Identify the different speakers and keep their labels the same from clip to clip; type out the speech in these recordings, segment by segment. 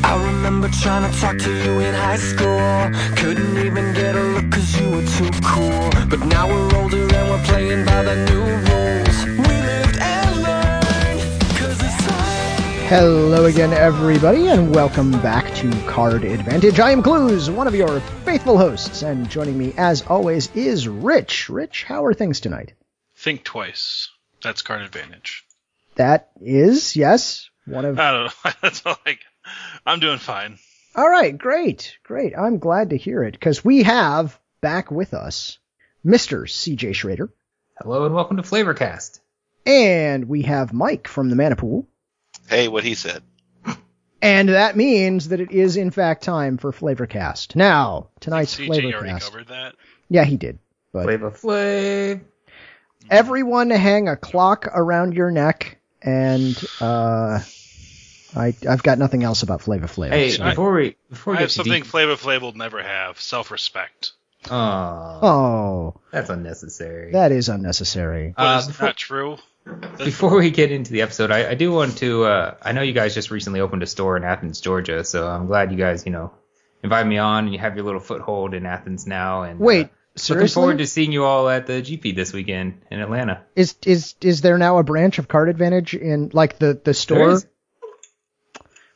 Speaker 1: remember trying to talk to you in high school Couldn't even get a look cause you were too cool But now we're older and we're playing by the new rules We lived and learned cause it's time
Speaker 2: Hello again, everybody, and welcome back to Card Advantage. I am Clues, one of your faithful hosts, and joining me, as always, is Rich. Rich, how are things tonight?
Speaker 3: Think twice. That's card advantage.
Speaker 2: That is, yes, one of.
Speaker 3: I don't know. That's all like I'm doing fine.
Speaker 2: All right, great, great. I'm glad to hear it because we have back with us Mr. CJ Schrader,
Speaker 4: Hello and welcome to Flavorcast.
Speaker 2: and we have Mike from the Manipool.
Speaker 5: Hey, what he said.
Speaker 2: And that means that it is, in fact, time for Flavorcast. Now, tonight's
Speaker 3: CJ already
Speaker 2: Flavorcast.
Speaker 3: covered that.
Speaker 2: Yeah, he did. But
Speaker 4: Flavor Flav.
Speaker 2: everyone hang a clock around your neck and uh I, I've got nothing else about Flavor Flav.
Speaker 4: Hey,
Speaker 2: so-
Speaker 4: before we before we
Speaker 3: I
Speaker 4: get
Speaker 3: have
Speaker 4: too
Speaker 3: something
Speaker 4: deep-
Speaker 3: Flavor Flav will never have: self-respect.
Speaker 4: Aw,
Speaker 2: oh,
Speaker 4: that's unnecessary.
Speaker 2: that is unnecessary.
Speaker 3: But
Speaker 4: Uh,
Speaker 3: it's
Speaker 4: before-
Speaker 3: not true. That's
Speaker 4: before we get into the episode, I, I do want to. Uh, I know you guys just recently opened a store in Athens, Georgia, so I'm glad you guys, you know, invited me on and you have your little foothold in Athens now. And uh,
Speaker 2: Wait,
Speaker 4: looking
Speaker 2: seriously?
Speaker 4: forward to seeing you all at the GP this weekend in Atlanta.
Speaker 2: is is is there now a branch of Card Advantage in like the the
Speaker 4: There
Speaker 2: store?
Speaker 4: is-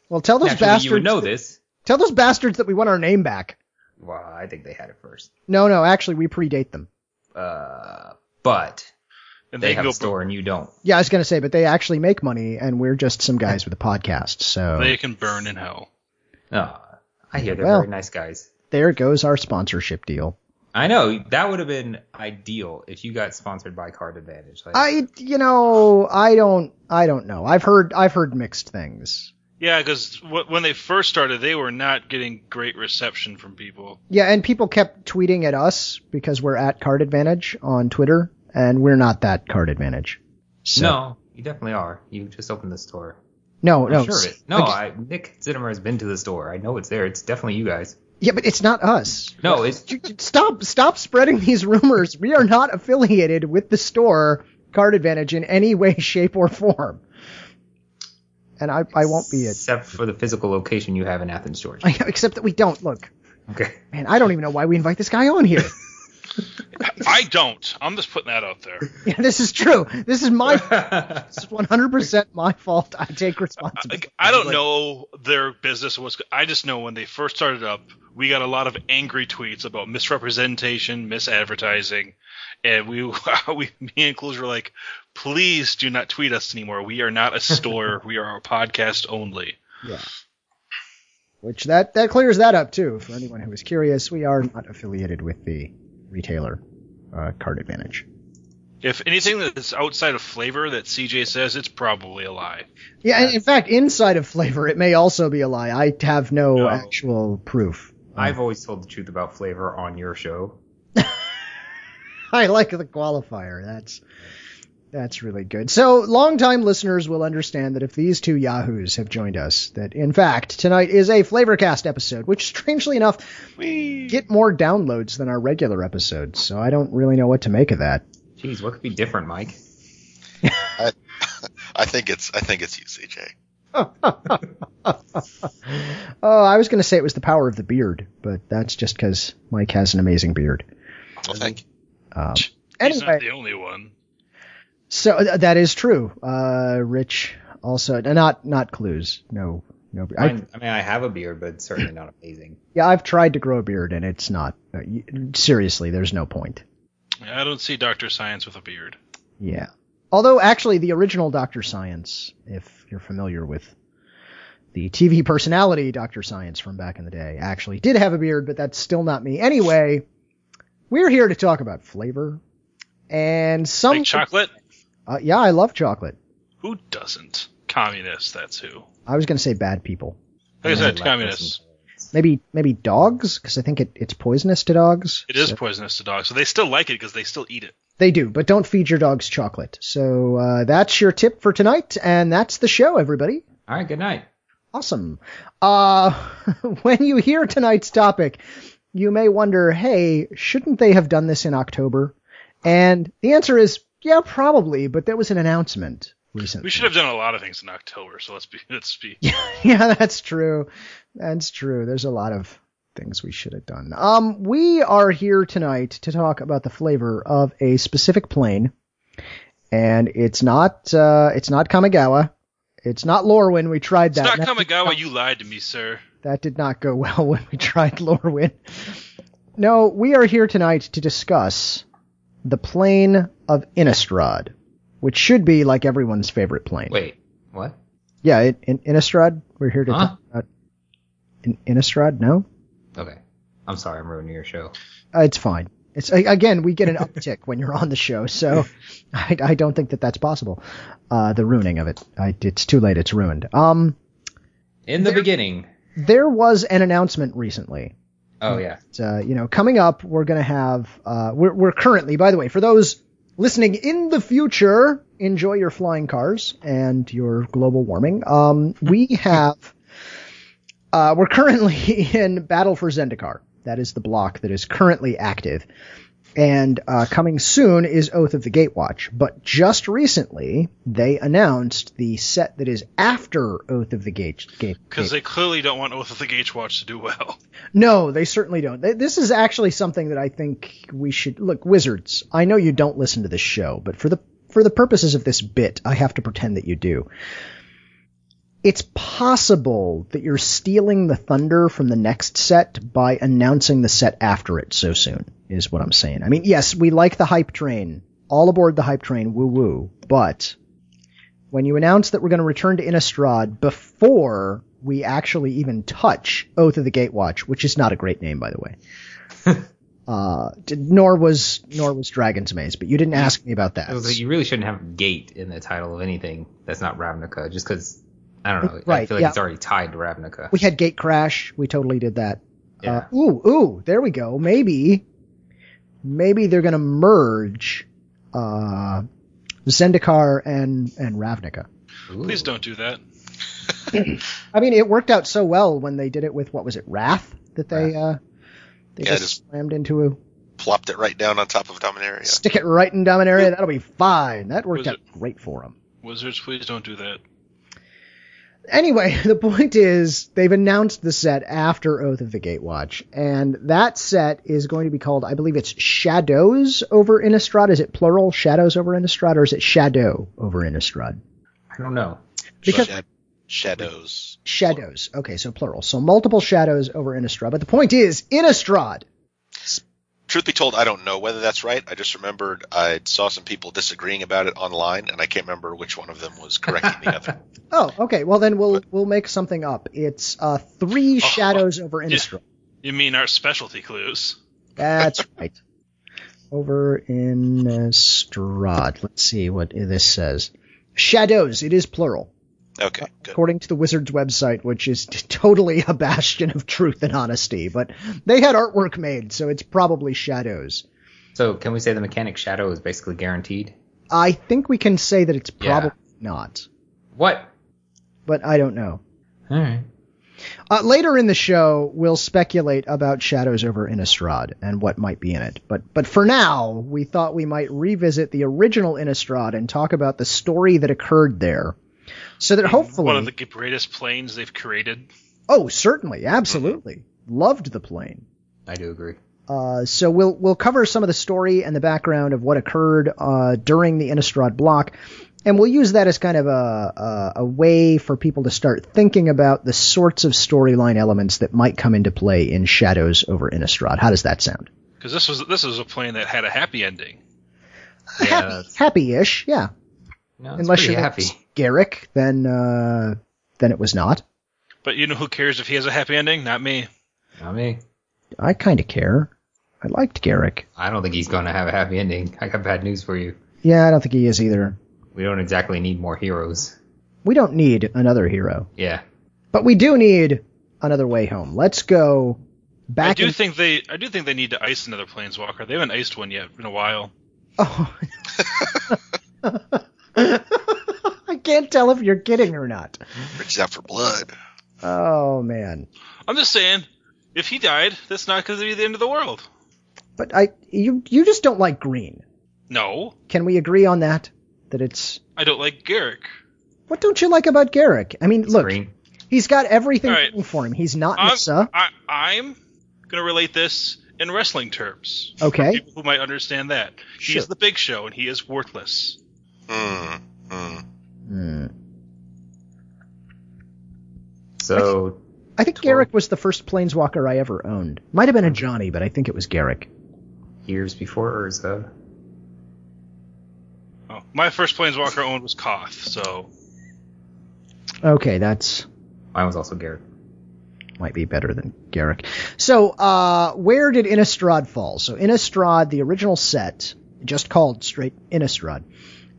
Speaker 2: Well, tell those
Speaker 4: Naturally,
Speaker 2: bastards.
Speaker 4: you would know this.
Speaker 2: Tell those bastards that we want our name back.
Speaker 4: Well, I think they had it first,
Speaker 2: No, no, actually, we predate them.
Speaker 4: uh, but
Speaker 3: and
Speaker 4: they,
Speaker 3: they,
Speaker 4: have
Speaker 3: go.
Speaker 4: a store and you don't.
Speaker 2: Yeah, I was gonna say, but they actually make money, and we're just some guys with a podcast. So
Speaker 3: They can burn in hell.
Speaker 4: Oh, I hear they're
Speaker 2: Well.
Speaker 4: very nice guys.
Speaker 2: there goes our sponsorship deal.
Speaker 4: I know that would have been ideal if you got sponsored by Card Advantage. Like,
Speaker 2: I you know I don't I don't know. I've heard I've heard mixed things.
Speaker 3: Yeah, because w- when they first started, they were not getting great reception from people.
Speaker 2: Yeah, and people kept tweeting at us because we're at Card Advantage on Twitter, and we're not that Card Advantage. So,
Speaker 4: no, you definitely are. You just opened the store.
Speaker 2: no,
Speaker 4: I'm
Speaker 2: no,
Speaker 4: sure of it.
Speaker 2: s-
Speaker 4: No,
Speaker 2: like-
Speaker 4: I, Nick Zittimer has been to the store. I know it's there. It's definitely you guys.
Speaker 2: yeah, but it's not us.
Speaker 4: No, it's
Speaker 2: J- j- Stop stop spreading these rumors. We are not affiliated with the store Card Advantage in any way, shape, or form. And I I won't be it.
Speaker 4: except for the physical location you have in Athens, Georgia.
Speaker 2: Except that we don't look.
Speaker 4: Okay.
Speaker 2: Man, I don't even know why we invite this guy on here.
Speaker 3: I don't. I'm just putting that out there.
Speaker 2: Yeah, this is true. This is my
Speaker 4: I
Speaker 2: This is 100% my fault. I take responsibility.
Speaker 3: Like, I don't know their business was. I just know when they first started up, we got a lot of angry tweets about misrepresentation, misadvertising, and we, we me and Clues were like, please do not tweet us anymore. We are not a store. we are a podcast only.
Speaker 2: Which that that clears that up too. For anyone who is curious, we are not affiliated with the retailer uh, Card Advantage.
Speaker 3: If anything that's outside of flavor that CJ says, it's probably a lie.
Speaker 2: Yeah, and in fact, inside of Flavor, it may also be a lie. I have no,
Speaker 3: No.
Speaker 2: actual proof.
Speaker 4: have always told the truth about flavor on your show.
Speaker 2: I like the qualifier. That's that's really good. So, longtime listeners will understand that if these two yahoos have joined us, that in fact tonight is a Flavorcast episode, which strangely enough get more downloads than our regular episodes. So I don't really know what to make of that.
Speaker 4: Jeez, what could be different, Mike?
Speaker 5: I think it's I think it's you, CJ.
Speaker 2: Oh, I was going to say it was the power of the beard, but that's just because Mike has an amazing beard.
Speaker 5: Well, thank you.
Speaker 2: Um,
Speaker 3: He's not
Speaker 2: anyway,
Speaker 3: the only one.
Speaker 2: so th- that is true. Uh, Rich also not not clues. No, no. I-
Speaker 4: Mine- I mean, I have a beard, but it's certainly not amazing.
Speaker 2: Yeah, I've tried to grow a beard and it's not. uh, y- Seriously, there's no point.
Speaker 3: I don't see Doctor Science with a beard.
Speaker 2: Yeah. Although, actually, the original Dr. Science, if you're familiar with the TV personality Dr. Science from back in the day, actually did have a beard, but that's still not me. Anyway, we're here to talk about flavor. And some.
Speaker 3: Like chocolate?
Speaker 2: Uh, yeah, I love chocolate.
Speaker 3: Who doesn't? Communists, that's who.
Speaker 2: I was going to say bad people.
Speaker 3: Like I said,
Speaker 4: Lactose
Speaker 3: communists.
Speaker 4: intolerance.
Speaker 2: Maybe maybe dogs, because I think it, it's poisonous to dogs.
Speaker 3: It is
Speaker 2: So-
Speaker 3: poisonous to dogs, so they still like it because they still eat it.
Speaker 2: They do, but don't feed your dogs chocolate. So uh, that's your tip for tonight, and that's the show, everybody.
Speaker 4: All right, good night.
Speaker 2: Awesome. Uh, when you hear tonight's topic, you may wonder, hey, shouldn't they have done this in October? And the answer is, yeah, probably, but there was an announcement recently.
Speaker 3: We should have done a lot of things in October, so let's be let's be
Speaker 2: yeah, that's true. That's true. There's a lot of things we should have done. Um, we are here tonight to talk about the flavor of a specific plane, and it's not uh, it's not Kamigawa. It's not Lorwyn. We tried
Speaker 3: It's
Speaker 2: that.
Speaker 3: not
Speaker 2: and that
Speaker 3: Kamigawa. You lied to me, sir.
Speaker 2: that did not go well when we tried Lorwyn. No, we are here tonight to discuss the plane of Innistrad, which should be like everyone's favorite plane.
Speaker 4: Wait, what?
Speaker 2: Yeah, in, in Innistrad, we're here to
Speaker 4: Huh?
Speaker 2: talk about in Innistrad. No,
Speaker 4: Okay. I'm sorry, I'm ruining your show.
Speaker 2: uh, it's fine. It's a- again, we get an uptick when you're on the show, so I, I don't think that that's possible. Uh, the ruining of it, I, it's too late. It's ruined. Um,
Speaker 4: In the beginning.
Speaker 2: there was an announcement recently
Speaker 4: Oh yeah.
Speaker 2: uh, you know, coming up, we're going to have, uh, we're, we're currently, by the way, for those listening in the future, enjoy your flying cars and your global warming. Um, we have, uh, we're currently in Battle for Zendikar. That is the block that is currently active. And uh, coming soon is Oath of the Gatewatch. But just recently, they announced the set that is after Oath of the Gate. Gate
Speaker 3: Because they clearly don't want Oath of the Gatewatch to do well.
Speaker 2: no, they certainly don't. Th- This is actually something that I think we should look. Wizards, I know you don't listen to this show, but for the for the purposes of this bit, I have to pretend that you do. It's possible that you're stealing the thunder from the next set by announcing the set after it so soon. Is what I'm saying. I mean, yes, we like the hype train. All aboard the hype train, woo woo. But when you announce that we're going to return to Innistrad before we actually even touch Oath of the Gatewatch, which is not a great name, by the way. uh, d- nor was nor was Dragon's Maze, but you didn't ask me about that.
Speaker 4: It was like, you really shouldn't have gate in the title of anything that's not Ravnica, just because I don't know. I
Speaker 2: Right,
Speaker 4: feel like
Speaker 2: yeah.
Speaker 4: it's already tied to Ravnica.
Speaker 2: We had Gate Crash. We totally did that.
Speaker 4: yeah.
Speaker 2: Uh, ooh, ooh, there we go. Maybe, maybe they're going to merge uh, Zendikar and and Ravnica.
Speaker 4: Ooh.
Speaker 3: Please don't do that.
Speaker 2: I mean, it worked out so well when they did it with what was it, Wrath, that they uh, they
Speaker 5: Yeah,
Speaker 2: just
Speaker 5: just-
Speaker 2: slammed into a
Speaker 5: Plopped it right down on top of Dominaria.
Speaker 2: stick it right in Dominaria. That'll be fine. That worked
Speaker 3: Was
Speaker 2: out great for them.
Speaker 3: Wizards, please don't do that.
Speaker 2: Anyway, the point is they've announced the set after Oath of the Gatewatch, and that set is going to be called, I believe it's Shadows over Innistrad. Is it plural Shadows over Innistrad, or is it Shadow over Innistrad?
Speaker 4: I don't know.
Speaker 2: Because
Speaker 5: Shad- shadows.
Speaker 2: Shadows. Okay, so plural. So multiple Shadows over Innistrad. But the point is Innistrad.
Speaker 5: Truth be told, I don't know whether that's right. I just remembered I saw some people disagreeing about it online, and I can't remember which one of them was correcting the other.
Speaker 2: Oh, okay. Well, then we'll we'll make something up. It's uh, three Shadows over Innistrad.
Speaker 3: You mean our specialty clues?
Speaker 2: That's right. Over in uh, Strahd. Let's see what this says. Shadows. It is plural,
Speaker 5: Okay, good.
Speaker 2: according to the Wizards website, which is t- totally a bastion of truth and honesty. But they had artwork made, so it's probably shadows.
Speaker 4: So can we say the mechanic shadow is basically guaranteed?
Speaker 2: I think we can say that it's
Speaker 4: Yeah.
Speaker 2: probably not,
Speaker 4: What?
Speaker 2: but I don't know.
Speaker 4: All right.
Speaker 2: Uh, later in the show, we'll speculate about Shadows over Innistrad and what might be in it. But but for now, we thought we might revisit the original Innistrad and talk about the story that occurred there, so that hopefully,
Speaker 3: One of the greatest planes they've created.
Speaker 2: oh certainly, absolutely, loved the plane.
Speaker 4: I do agree.
Speaker 2: Uh, so we'll we'll cover some of the story and the background of what occurred uh, during the Innistrad block, and we'll use that as kind of a, a a way for people to start thinking about the sorts of storyline elements that might come into play in Shadows over Innistrad. How does that sound?
Speaker 3: Because this was this was a plane that had a happy ending.
Speaker 4: Yeah,
Speaker 2: Happy,
Speaker 4: that's-
Speaker 2: happy-ish, yeah.
Speaker 4: No, it's
Speaker 2: Unless
Speaker 4: pretty
Speaker 2: you're
Speaker 4: happy.
Speaker 2: Garrick, then uh, then it was not.
Speaker 3: But you know who cares if he has a happy ending? Not me.
Speaker 4: Not me.
Speaker 2: I kind of care. I liked Garrick.
Speaker 4: I don't think he's going to have a happy ending. I got bad news for you.
Speaker 2: Yeah, I don't think he is either.
Speaker 4: We don't exactly need more heroes.
Speaker 2: We don't need another hero,
Speaker 4: Yeah.
Speaker 2: but we do need another way home. Let's go back.
Speaker 3: I do
Speaker 2: in-
Speaker 3: think they I do think they need to ice another planeswalker. They haven't iced one yet in a while.
Speaker 2: Oh. I can't tell if you're kidding or not.
Speaker 5: Reaches out for blood.
Speaker 2: Oh man.
Speaker 3: I'm just saying, if he died, that's not going to be the end of the world.
Speaker 2: But I you you just don't like green.
Speaker 3: No,
Speaker 2: Can we agree on that? That it's
Speaker 3: I don't like Garrick.
Speaker 2: what don't you like about Garrick? I mean, look,
Speaker 4: Green.
Speaker 2: He's got everything
Speaker 3: All right.
Speaker 2: going for him. He's not
Speaker 3: I'm,
Speaker 2: Nissa.
Speaker 3: I, I'm gonna relate this in wrestling terms. for
Speaker 2: Okay.
Speaker 3: people who might understand that he
Speaker 2: Sure.
Speaker 3: is the Big Show and he is worthless.
Speaker 5: Hmm. Hmm.
Speaker 2: Hmm.
Speaker 4: So
Speaker 2: I think Garrick was the first planeswalker I ever owned. Might have been a Johnny, but I think it was Garrick.
Speaker 4: years before Urza.
Speaker 3: Oh, my first Planeswalker owned was Koth, so
Speaker 2: Okay, that's
Speaker 4: Mine was also Garrett.
Speaker 2: might be better than Garrick. So, uh, where did Innistrad fall? So, Innistrad, the original set, just called straight Innistrad,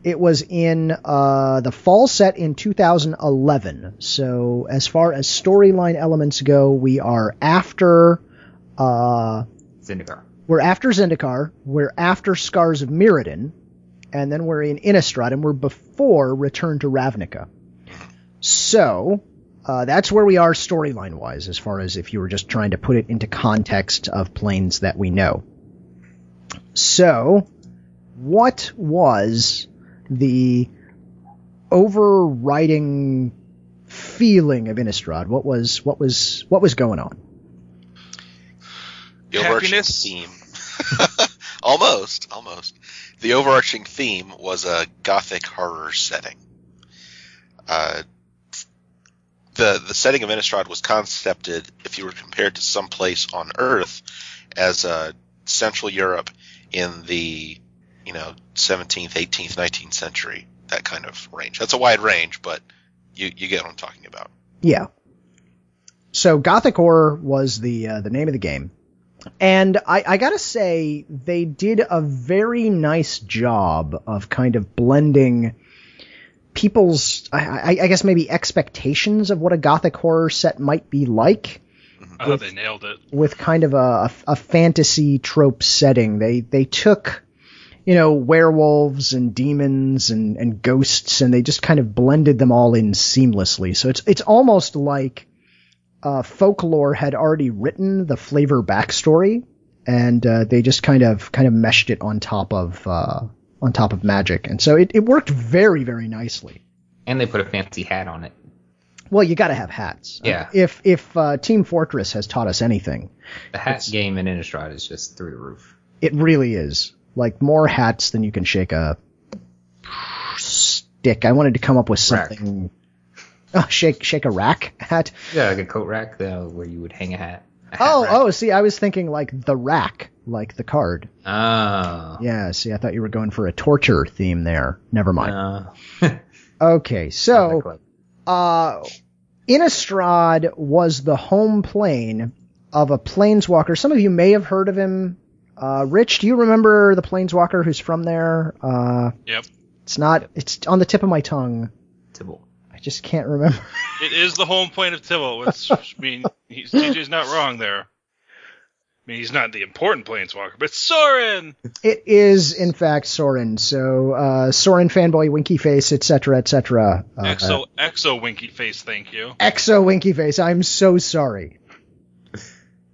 Speaker 2: it was in uh, the fall set in 2011. So, as far as storyline elements go, we are after. Uh,
Speaker 4: Zendikar.
Speaker 2: we're after Zendikar, we're after Scars of Mirrodin, and then we're in Innistrad, and we're before Return to Ravnica. So uh, that's where we are storyline wise, as far as if you were just trying to put it into context of planes that we know. So, what was the overriding feeling of Innistrad? What was what was what was going on?
Speaker 5: The overarching
Speaker 3: Happiness?
Speaker 5: theme. almost, almost. The overarching theme was a gothic horror setting. Uh, the the setting of Innistrad was concepted, if you were compared to some place on Earth, as uh, Central Europe in the you know 17th, 18th, 19th century, that kind of range. That's a wide range, but you you get what I'm talking about.
Speaker 2: Yeah. So Gothic Horror was the uh, the name of the game, and I, I gotta say they did a very nice job of kind of blending people's, I, I, I guess maybe expectations of what a Gothic Horror set might be like,
Speaker 3: I thought they nailed it.
Speaker 2: with kind of a, a, a fantasy trope setting. They they took you know werewolves and demons and, and ghosts and they just kind of blended them all in seamlessly. So it's it's almost like uh, folklore had already written the flavor backstory and uh, they just kind of kind of meshed it on top of uh, on top of magic. And so it, it worked very very nicely.
Speaker 4: And they put a fancy hat on it.
Speaker 2: Well, you got to have hats.
Speaker 4: Yeah.
Speaker 2: If if uh, Team Fortress has taught us anything,
Speaker 4: The hat game in Innistrad is just through the roof.
Speaker 2: It really is. Like more hats than you can shake a stick. I wanted to come up with
Speaker 4: Rack.
Speaker 2: something. Oh, shake shake a rack hat.
Speaker 4: Yeah, like a coat rack though, where you would hang a hat. A hat
Speaker 2: Oh
Speaker 4: rack.
Speaker 2: oh, see, I was thinking like the rack, like the card.
Speaker 4: Oh.
Speaker 2: Yeah, see, I thought you were going for a torture theme there. Never mind.
Speaker 4: Uh,
Speaker 2: Okay, so uh, Innistrad was the home plane of a planeswalker. Some of you may have heard of him. Uh, Rich, do you remember the planeswalker who's from there? Uh,
Speaker 3: Yep.
Speaker 2: It's not. It's on the tip of my tongue.
Speaker 4: Tibble.
Speaker 2: I just can't remember.
Speaker 3: It is the home plane of Tibble, which I mean he's, TJ's not wrong there. I mean he's not the important planeswalker, but Soren.
Speaker 2: It is, in fact, Soren. So uh, Soren fanboy, winky face, etc., etc. Uh,
Speaker 3: Exo Exo Winky Face, thank you.
Speaker 2: Exo winky face. I'm so sorry.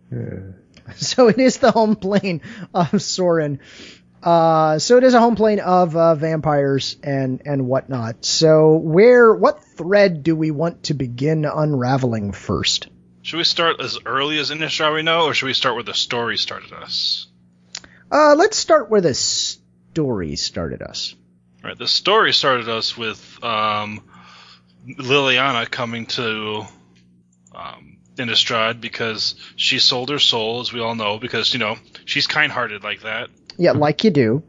Speaker 2: so it is the home plane of Soren. Uh, so it is a home plane of uh, vampires and and whatnot. So where, what thread do we want to begin unraveling first?
Speaker 3: Should we start as early as Innistrad we know, or should we start where the story started us?
Speaker 2: Uh, let's start where the story started us.
Speaker 3: All Right, the story started us with um, Liliana coming to um, Innistrad because she sold her soul, as we all know, because you know she's kind-hearted like that,
Speaker 2: Yeah, like you do.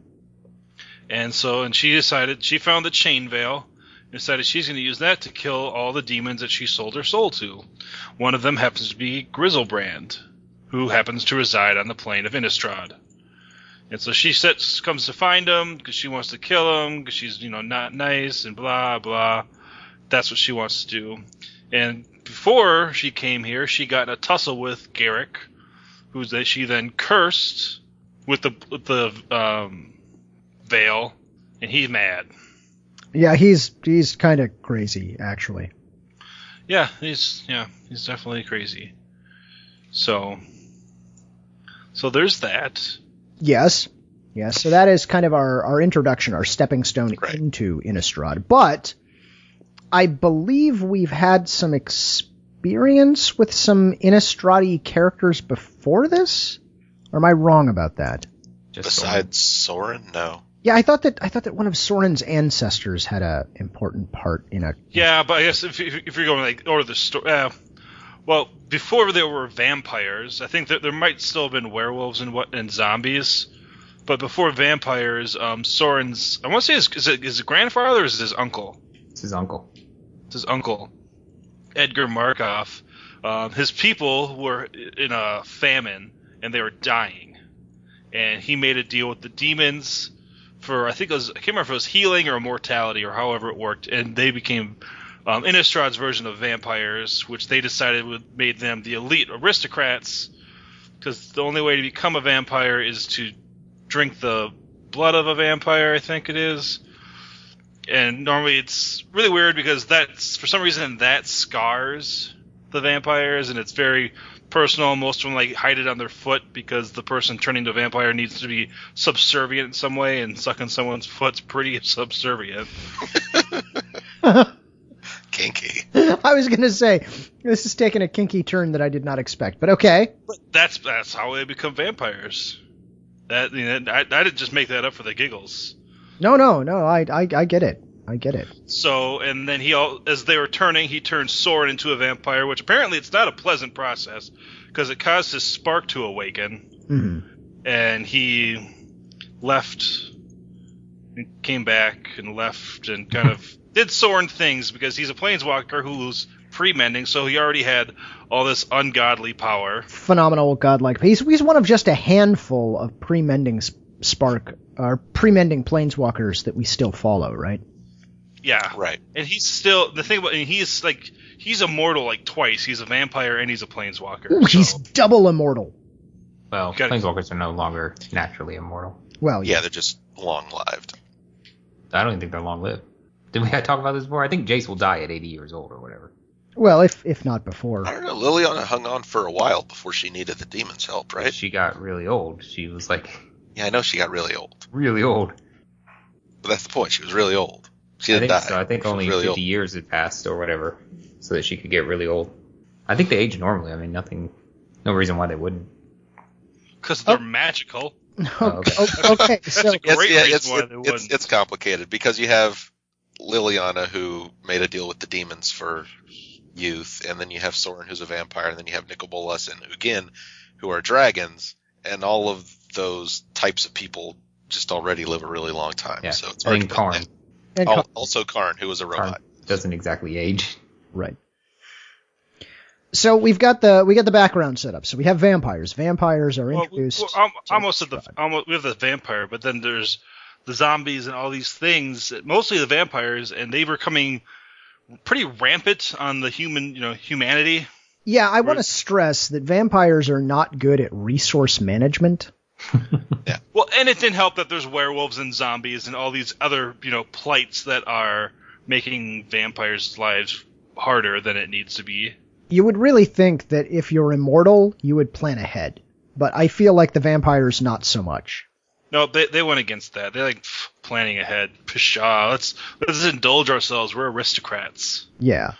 Speaker 3: and so and she decided she found the chain veil, and decided she's going to use that to kill all the demons that she sold her soul to. One of them happens to be Grizzlebrand, who happens to reside on the plane of Innistrad. And so she sets, comes to find him because she wants to kill him because she's you know not nice and blah blah. That's what she wants to do. And before she came here, she got in a tussle with Garrick, who that she then cursed with the with the um, veil, and he's mad.
Speaker 2: Yeah, he's he's kind of crazy, actually.
Speaker 3: Yeah, he's yeah, he's definitely crazy. So, so there's that.
Speaker 2: Yes, yes. So that is kind of our our introduction, our stepping stone
Speaker 5: Right.
Speaker 2: into Innistrad. But I believe we've had some expansion experience with some Innistradi characters before this? Or am I wrong about that?
Speaker 4: Just
Speaker 5: Besides Soren, no.
Speaker 2: Yeah, I thought that I thought that one of Soren's ancestors had a important part in a
Speaker 3: Yeah, but I guess if, if, if you're going like order the story, uh, well, before there were vampires, I think that there might still have been werewolves and what and zombies, but before vampires, um, Soren's I want to say his is it his grandfather or is it his uncle?
Speaker 4: it's his uncle.
Speaker 3: It's his uncle, Edgar Markov. Um, his people were in a famine and they were dying, and he made a deal with the demons for I think it was I can't remember if it was healing or mortality or however it worked, and they became um, Innistrad's version of vampires, which they decided would made them the elite aristocrats, because the only way to become a vampire is to drink the blood of a vampire, I think it is. And normally it's really weird because that's for some reason that scars the vampires, and it's very personal. Most of them like hide it on their foot because the person turning to a vampire needs to be subservient in some way, and sucking someone's foot's pretty subservient.
Speaker 5: Kinky.
Speaker 2: I was gonna say this is taking a kinky turn that I did not expect, but okay.
Speaker 3: That's that's how they become vampires. That you know, I, I didn't just make that up for the giggles.
Speaker 2: No, no, no. I, I, I get it. I get it.
Speaker 3: So and then he all as they were turning, he turned Soren into a vampire, which apparently it's not a pleasant process because it caused his spark to awaken,
Speaker 2: hmm
Speaker 3: and he left, and came back and left, and kind of did Soren things because he's a planeswalker who's pre-mending, so he already had all this ungodly power.
Speaker 2: Phenomenal, godlike. He's he's one of just a handful of pre-mending s- spark or pre-mending planeswalkers that we still follow, right?
Speaker 3: Yeah,
Speaker 5: Right.
Speaker 3: And he's still the thing about and he's like he's immortal like twice. He's a vampire and he's a planeswalker.
Speaker 2: Ooh, he's
Speaker 3: so-
Speaker 2: double immortal.
Speaker 4: Well,
Speaker 3: Gotta-
Speaker 4: planeswalkers are no longer naturally immortal.
Speaker 2: Well, Oh, yeah.
Speaker 5: Yeah, they're just long lived.
Speaker 4: I don't even think they're long lived. Did we talk about this before? I think Jace will die at 80 years old or whatever.
Speaker 2: Well, if if not before.
Speaker 5: I don't know. Liliana hung on for a while before she needed the demon's help, right?
Speaker 4: She got really old. She was like
Speaker 5: Yeah, I know she got really old.
Speaker 4: really old.
Speaker 5: But that's the point. She was really old. She
Speaker 4: I
Speaker 5: didn't
Speaker 4: think
Speaker 5: die.
Speaker 4: so. I think
Speaker 5: She was
Speaker 4: only
Speaker 5: really
Speaker 4: 50
Speaker 5: old.
Speaker 4: years had passed or whatever, so that she could get really old. I think they age normally. I mean, nothing, no reason why they wouldn't.
Speaker 3: Because they're magical.
Speaker 4: Oh,
Speaker 2: Okay.
Speaker 4: okay.
Speaker 2: o- okay, so
Speaker 3: a
Speaker 5: It's,
Speaker 3: Great
Speaker 5: yeah,
Speaker 3: reason
Speaker 5: it's,
Speaker 3: why
Speaker 5: it-
Speaker 3: they
Speaker 5: it's,
Speaker 3: wouldn't.
Speaker 5: it's complicated because you have Liliana who made a deal with the demons for youth, and then you have Soren who's a vampire, and then you have Nicobolas and Ugin who are dragons, and all of those types of people just already live a really long time.
Speaker 4: Yeah,
Speaker 5: So it's
Speaker 4: I
Speaker 5: hard
Speaker 4: think
Speaker 5: to put
Speaker 4: Karn,
Speaker 5: that-
Speaker 2: and
Speaker 5: Al-
Speaker 2: Con-
Speaker 5: Also Karn, who was a
Speaker 4: Karn
Speaker 5: robot.
Speaker 4: doesn't exactly age.
Speaker 2: right. So we've got the we got the background set up. So we have vampires. Vampires are
Speaker 3: Well, uh, we,
Speaker 2: introduced.
Speaker 3: we're al- almost at the almost we have the vampire, but then there's the zombies and all these things. Mostly the vampires, and they were coming pretty rampant on the human, you know, humanity.
Speaker 2: yeah, I want to stress that vampires are not good at resource management.
Speaker 3: Well, and it didn't help that there's werewolves and zombies and all these other, you know, plights that are making vampires' lives harder than it needs to be.
Speaker 2: you would really think that if you're immortal, you would plan ahead. But I feel like the vampires not so much.
Speaker 3: No, they they went against that. They're like "Pff, planning ahead. Pshaw, let's let's indulge ourselves. We're aristocrats,
Speaker 2: Yeah.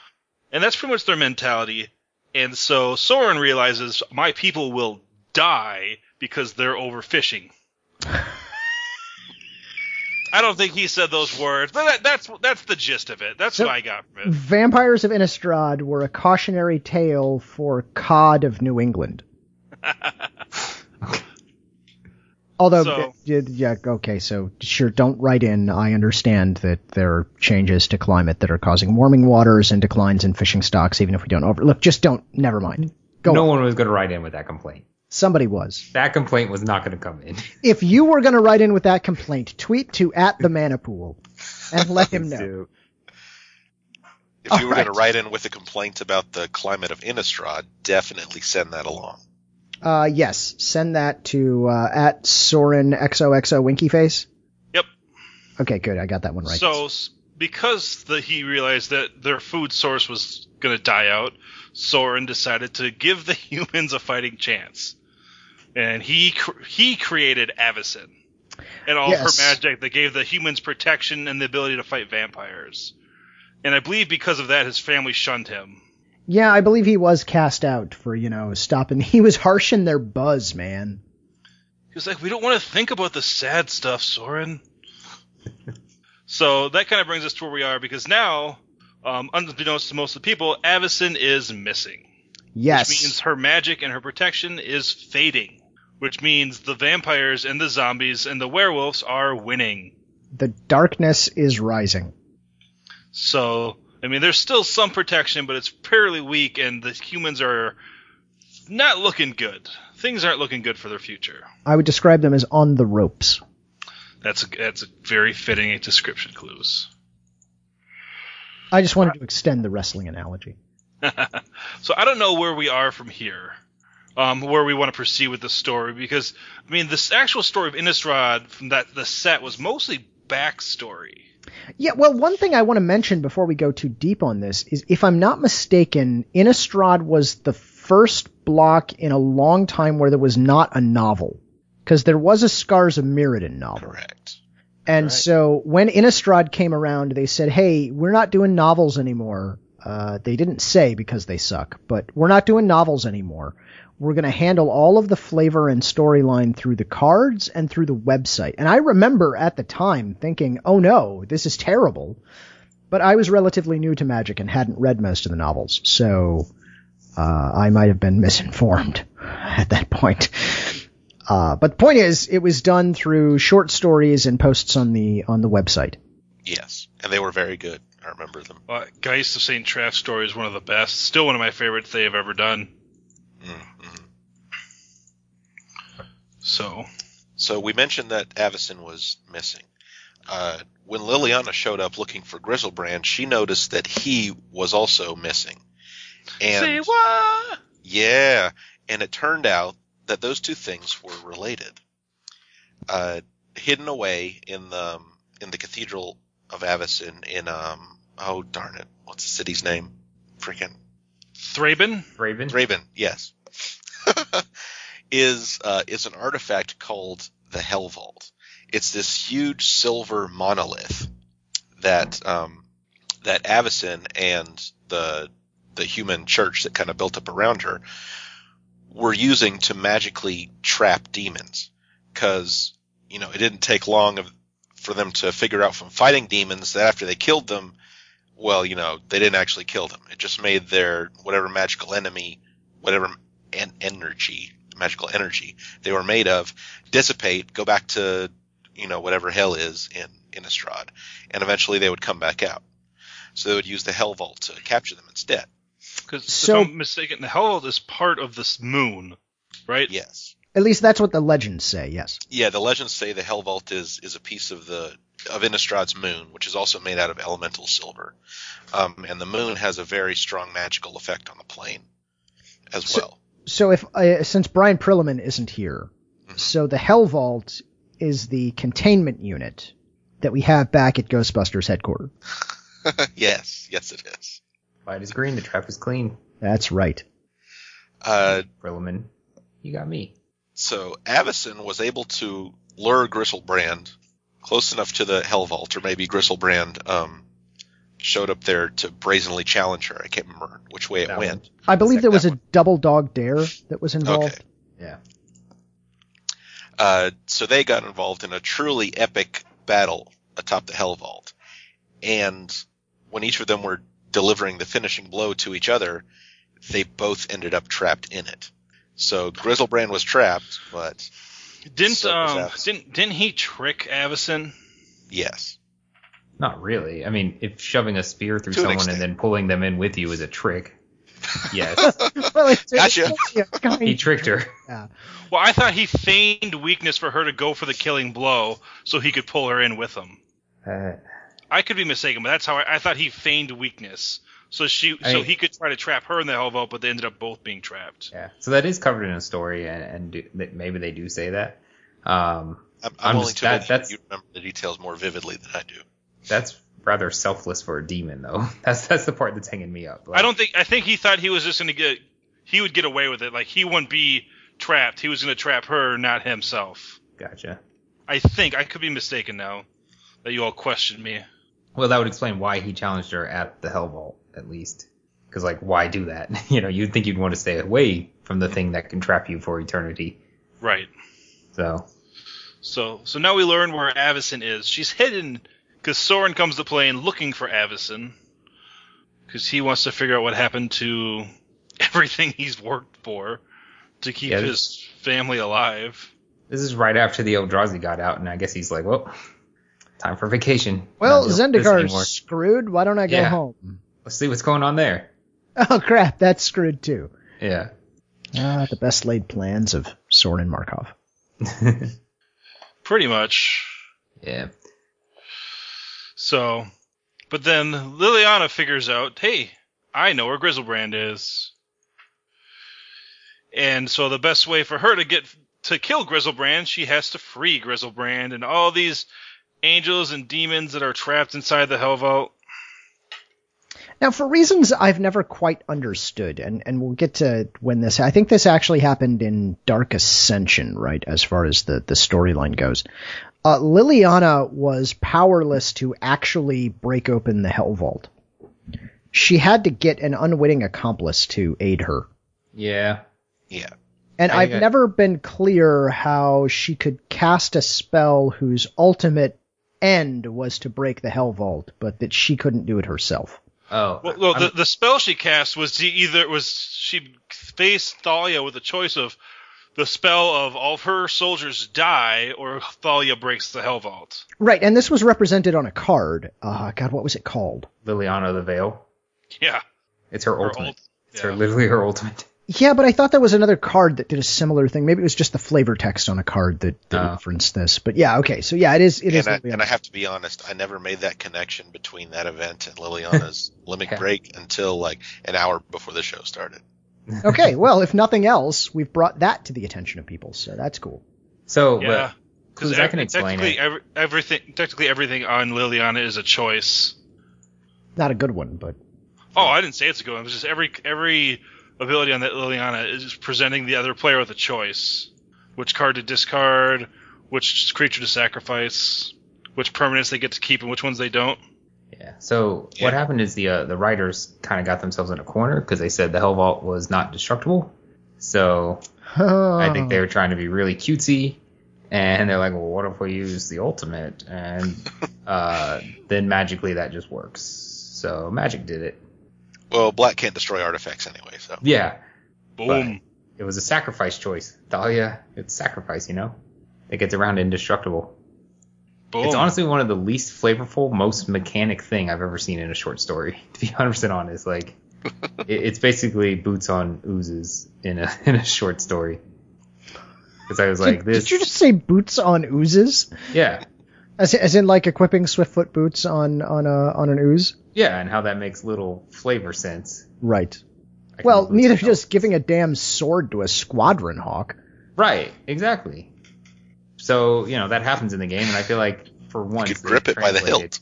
Speaker 3: and that's pretty much their mentality. And so Soren realizes my people will die because they're overfishing. I don't think he said those words, but that, that's that's the gist of it. That's
Speaker 2: So-
Speaker 3: what I got from it.
Speaker 2: Vampires of Innistrad were a cautionary tale for cod of New England. Although,
Speaker 3: So-
Speaker 2: yeah, yeah, okay, so sure, don't write in. I understand that there are changes to climate that are causing warming waters and declines in fishing stocks, even if we don't over. Look, just don't. Never mind. Go
Speaker 4: no
Speaker 2: on.
Speaker 4: one was going to write in with that complaint.
Speaker 2: Somebody was.
Speaker 4: That complaint was not going to come in.
Speaker 2: if you were going to write in with that complaint, tweet to at the Manapool and let him know.
Speaker 4: So,
Speaker 5: If you were going
Speaker 2: Alright.
Speaker 5: to write in with a complaint about the climate of Innistrad, definitely send that along.
Speaker 2: Uh, yes, send that to uh, at Soren XOXO Winky Face.
Speaker 3: Yep.
Speaker 2: Okay, good. I got that one right.
Speaker 3: So s- because the, he realized that their food source was going to die out, Soren decided to give the humans a fighting chance, and he cr- he created Avison and all
Speaker 2: Yes.
Speaker 3: her magic that gave the humans protection and the ability to fight vampires. And I believe because of that, his family shunned him.
Speaker 2: Yeah, I believe he was cast out for, you know, stopping. He was harsh in their buzz, man.
Speaker 3: He was like, we don't want to think about the sad stuff, Soren. so that kind of brings us to where we are because now, um, unbeknownst to most of the people, Avison is missing.
Speaker 2: Yes.
Speaker 3: Which means her magic and her protection is fading. Which means the vampires and the zombies and the werewolves are winning.
Speaker 2: the darkness is rising.
Speaker 3: So, I mean, there's still some protection, but it's fairly weak, and the humans are not looking good. Things aren't looking good for their future.
Speaker 2: I would describe them as on the ropes.
Speaker 3: That's a, that's a very fitting description, Clues.
Speaker 2: I just wanted to extend the wrestling analogy.
Speaker 3: So I don't know where we are from here, um, where we want to proceed with the story, because I mean, this actual story of Innistrad from that the set was mostly backstory.
Speaker 2: Yeah, well, one thing I want to mention before we go too deep on this is if I'm not mistaken, Innistrad was the first block in a long time where there was not a novel. Because there was a Scars of Mirrodin novel.
Speaker 5: Correct.
Speaker 2: And so when Innistrad came around, they said, "Hey, we're not doing novels anymore." Uh, they didn't say because they suck, but we're not doing novels anymore. We're going to handle all of the flavor and storyline through the cards and through the website. And I remember at the time thinking, "Oh no, this is terrible." But I was relatively new to Magic and hadn't read most of the novels, so uh, I might have been misinformed at that point. Uh, but the point is, it was done through short stories and posts on the on the website.
Speaker 5: Yes, and they were very good. I remember them.
Speaker 3: Uh, Geist of Saint Traff story is one of the best, still one of my favorites they have ever done.
Speaker 5: Mm-hmm.
Speaker 3: So
Speaker 5: So we mentioned that Avison was missing. Uh, when Liliana showed up looking for Grizzlebrand, she noticed that he was also missing. And
Speaker 3: say what?
Speaker 5: Yeah, and it turned out that those two things were related. Uh, hidden away in the um, in the Cathedral of Avison in um oh darn it, what's the city's name? Freaking
Speaker 3: Thraben?
Speaker 4: Raven.
Speaker 5: Raven, yes, is uh, is an artifact called the Hell Vault. It's this huge silver monolith that um, that Avison and the the human church that kind of built up around her were using to magically trap demons, because you know it didn't take long of, for them to figure out from fighting demons that after they killed them, well, you know, they didn't actually kill them. It just made their whatever magical enemy, whatever en- energy, magical energy they were made of, dissipate, go back to, you know, whatever hell is in Innistrad, and eventually they would come back out. So they would use the Hell Vault to capture them instead.
Speaker 3: Because
Speaker 2: So-
Speaker 3: if I'm mistaken, the Hellworld is part of this moon, right?
Speaker 5: Yes.
Speaker 2: At least that's what the legends say. Yes.
Speaker 5: Yeah, the legends say the Hell Vault is is a piece of the of Innistrad's moon, which is also made out of elemental silver, um, and the moon has a very strong magical effect on the plane as
Speaker 2: So-
Speaker 5: well.
Speaker 2: So if uh, since Brian Prilliman isn't here, so the Hell Vault is the containment unit that we have back at Ghostbusters headquarters.
Speaker 5: yes, yes, it is.
Speaker 4: Light is green. The trap is clean.
Speaker 2: That's right.
Speaker 5: Uh,
Speaker 4: Brilliman, you got me.
Speaker 5: so Avison was able to lure Gristlebrand close enough to the Hell Vault, or maybe Gristlebrand um, showed up there to brazenly challenge her. I can't remember which way it
Speaker 4: That
Speaker 5: went.
Speaker 2: I believe
Speaker 4: Check
Speaker 2: there was
Speaker 5: that
Speaker 2: a double dog dare that was involved.
Speaker 5: Okay.
Speaker 4: Yeah.
Speaker 5: Uh, so they got involved in a truly epic battle atop the Hell Vault. And when each of them were delivering the finishing blow to each other, they both ended up trapped in it. So Grizzlebrand was trapped, but
Speaker 3: Didn't
Speaker 5: So was
Speaker 3: um
Speaker 5: Avison.
Speaker 3: didn't didn't he trick Avison?
Speaker 5: yes.
Speaker 4: Not really. I mean, if shoving a spear through
Speaker 5: To an
Speaker 4: someone
Speaker 5: extent.
Speaker 4: and then pulling them in with you is a trick, yes,
Speaker 2: Well, it's, it's
Speaker 5: Gotcha.
Speaker 2: only a kind-
Speaker 4: he tricked her.
Speaker 2: yeah.
Speaker 3: Well, I thought he feigned weakness for her to go for the killing blow so he could pull her in with him.
Speaker 4: Uh,
Speaker 3: I could be mistaken, but that's how I, I thought he feigned weakness. So she,
Speaker 4: I-
Speaker 3: so he could try to trap her in the hell vault, but they ended up both being trapped.
Speaker 4: yeah. So that is covered in a story, and, and do, that maybe they do say that. Um,
Speaker 5: I'm, I'm,
Speaker 4: I'm
Speaker 5: willing
Speaker 4: just-
Speaker 5: to
Speaker 4: that-
Speaker 5: admit
Speaker 4: that's-
Speaker 5: you remember the details more vividly than I do.
Speaker 4: that's rather selfless for a demon, though. That's that's the part that's hanging me up.
Speaker 3: I don't think. I think he thought he was just going to get. He would get away with it. Like he wouldn't be trapped. He was going to trap her, not himself.
Speaker 4: Gotcha.
Speaker 3: I think I could be mistaken now. That you all questioned me.
Speaker 4: Well, that would explain why he challenged her at the Hell Vault, at least. Because like, why do that? you know, you'd think you'd want to stay away from the thing that can trap you for eternity.
Speaker 3: Right.
Speaker 4: So
Speaker 3: So so now we learn where Avison is. She's hidden because Soren comes to play and looking for Avison because he wants to figure out what happened to everything he's worked for to keep
Speaker 4: Yeah,
Speaker 3: his family alive.
Speaker 4: this is right after the Eldrazi got out, and I guess he's like, well, time for vacation.
Speaker 2: Well,
Speaker 4: Not dealing with this anymore.
Speaker 2: Zendigar's screwed. Why don't I go
Speaker 4: Yeah.
Speaker 2: home?
Speaker 4: Let's see what's going on there.
Speaker 2: Oh crap, that's screwed too.
Speaker 4: Yeah.
Speaker 2: Ah, the best laid plans of Soren and Markov.
Speaker 3: Pretty much.
Speaker 4: yeah.
Speaker 3: So, but then Liliana figures out, hey, I know where Grizzlebrand is. And so the best way for her to get to kill Grizzlebrand, she has to free Grizzlebrand and all these angels and demons that are trapped inside the Hell Vault.
Speaker 2: Now, for reasons I've never quite understood, and, and we'll get to when this. I think this actually happened in Dark Ascension, right? As far as the, the storyline goes, uh, Liliana was powerless to actually break open the Hell Vault. She had to get an unwitting accomplice to aid her,
Speaker 4: Yeah.
Speaker 5: Yeah.
Speaker 2: and
Speaker 4: I
Speaker 2: I've
Speaker 4: think I-
Speaker 2: never been clear how she could cast a spell whose ultimate end was to break the Hell Vault, but that she couldn't do it herself.
Speaker 4: Oh.
Speaker 3: Well, well
Speaker 4: I'm-
Speaker 3: the, the spell she cast was to either was she faced Thalia with a choice of the spell of all of her soldiers die or Thalia breaks the Hell Vault.
Speaker 2: Right, and this was represented on a card. Uh, God, what was it called?
Speaker 4: Liliana the Veil.
Speaker 3: Yeah.
Speaker 4: It's her,
Speaker 3: Her
Speaker 4: ultimate.
Speaker 3: ult-
Speaker 4: It's
Speaker 3: yeah.
Speaker 4: her literally her ultimate.
Speaker 2: Yeah, but I thought that was another card that did a similar thing. Maybe it was just the flavor text on a card that, that
Speaker 4: Oh.
Speaker 2: referenced this. But yeah, okay. So yeah, it is. It is.
Speaker 5: and, I,
Speaker 2: Liliana.
Speaker 5: and I have to be honest, I never made that connection between that event and Liliana's limit
Speaker 4: Yeah.
Speaker 5: break until like an hour before the show started.
Speaker 2: okay, well, if nothing else, we've brought that to the attention of people, so that's cool.
Speaker 4: So
Speaker 3: Yeah.
Speaker 4: but clues I
Speaker 3: ev-
Speaker 4: can explain
Speaker 3: technically
Speaker 4: it.
Speaker 3: every- everything technically everything on Liliana is a choice.
Speaker 2: Not a good one, but
Speaker 3: Oh, I didn't say it's a good one. It's just every every ability on that Liliana is just presenting the other player with a choice: which card to discard, which creature to sacrifice, which permanents they get to keep, and which ones they don't.
Speaker 4: Yeah. So
Speaker 5: Yeah.
Speaker 4: what happened is the uh, the writers kind of got themselves in a corner because they said the Hell Vault was not destructible. So I think they were trying to be really cutesy, and they're like, well, what if we use the ultimate? And uh, then magically that just works. So magic did it.
Speaker 5: Well, black can't destroy artifacts anyway, so
Speaker 4: Yeah.
Speaker 3: Boom.
Speaker 4: It was a sacrifice choice. Thalia, it's sacrifice, you know? It gets around indestructible.
Speaker 3: Boom.
Speaker 4: It's honestly one of the least flavorful, most mechanic thing I've ever seen in a short story. To be 100% honest, like it, it's basically boots on oozes in a in a short story. Because I was like,
Speaker 2: did,
Speaker 4: this,
Speaker 2: did you just say boots on oozes?
Speaker 4: yeah,
Speaker 2: As, as in like equipping Swiftfoot boots on on a on an ooze?
Speaker 4: yeah, and how that makes little flavor sense.
Speaker 2: Right.
Speaker 4: I can
Speaker 2: Well,
Speaker 4: lose
Speaker 2: neither
Speaker 4: myself.
Speaker 2: just giving a damn sword to a squadron hawk.
Speaker 4: right, exactly. So you know that happens in the game, and I feel like for once
Speaker 5: could
Speaker 4: they
Speaker 5: grip it by the
Speaker 4: translated-
Speaker 5: hilt.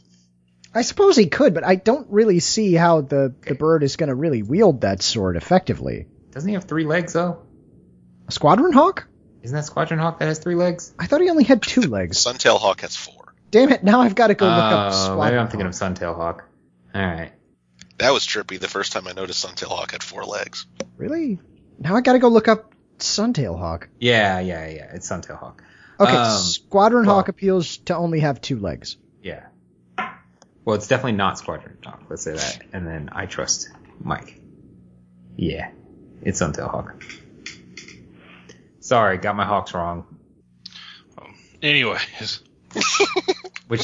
Speaker 2: I suppose he could, but I don't really see how the, the bird is going to really wield that sword effectively.
Speaker 4: Doesn't he have three legs though?
Speaker 2: A squadron hawk?
Speaker 4: Isn't that Squadron Hawk that has three legs?
Speaker 2: I thought he only had two legs.
Speaker 5: Suntail Hawk has four.
Speaker 2: Damn it! Now I've got to go
Speaker 4: Oh,
Speaker 2: look up squadron.
Speaker 4: maybe I'm thinking of
Speaker 2: hawk.
Speaker 4: Suntail Hawk. All right.
Speaker 5: That was trippy the first time I noticed Suntail Hawk had four legs.
Speaker 2: really. Now I got to go look up suntail hawk.
Speaker 4: Yeah, yeah, yeah. It's Suntail Hawk.
Speaker 2: Okay,
Speaker 4: Um,
Speaker 2: squadron
Speaker 4: well-
Speaker 2: hawk appeals to only have two legs.
Speaker 4: Yeah. Well, it's definitely not Squadron Hawk. Let's say that. And then I trust Mike. Yeah, it's Suntail Hawk. Sorry, got my hawks wrong.
Speaker 3: Anyways,
Speaker 4: Which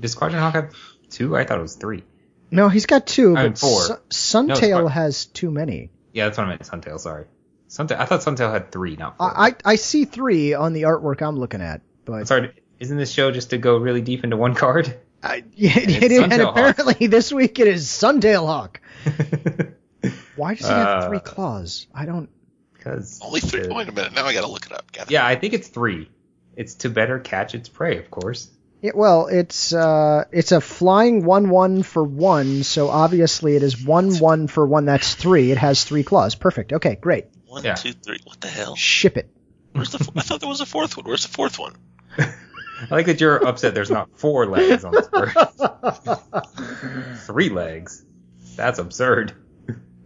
Speaker 4: does Squadron Hawk have two? I thought it was three.
Speaker 2: No, he's got two,
Speaker 4: I mean,
Speaker 2: but
Speaker 4: four.
Speaker 2: Sun-
Speaker 4: No, it's
Speaker 2: suntail
Speaker 4: quite-
Speaker 2: has too many.
Speaker 4: Yeah, that's what I meant. Suntail. Sorry. Suntail. I thought Suntail had three, not four.
Speaker 2: I, I I see three on the artwork I'm looking at,
Speaker 4: I'm
Speaker 2: but
Speaker 4: sorry. Isn't this show just to go really deep into one card?
Speaker 2: I, yeah, it,
Speaker 4: it's
Speaker 2: it- and
Speaker 4: suntail hawk.
Speaker 2: apparently this week it is suntail hawk. Why does he have
Speaker 4: Uh,
Speaker 2: three claws? I don't.
Speaker 4: Because
Speaker 5: Only three. Wait a minute, now I gotta look it up. Got it.
Speaker 4: Yeah, I think it's three. It's to better catch its prey, of course.
Speaker 2: It, well, it's uh, it's a flying one-one for one, so obviously it is one-one for one. That's three. It has three claws. Perfect. Okay, great.
Speaker 5: One,
Speaker 4: Yeah.
Speaker 5: two, three. What the hell?
Speaker 2: Ship it.
Speaker 5: Where's the? I thought there was a fourth one. Where's the fourth one?
Speaker 4: I like that you're upset there's not four legs on this bird. three legs. That's absurd.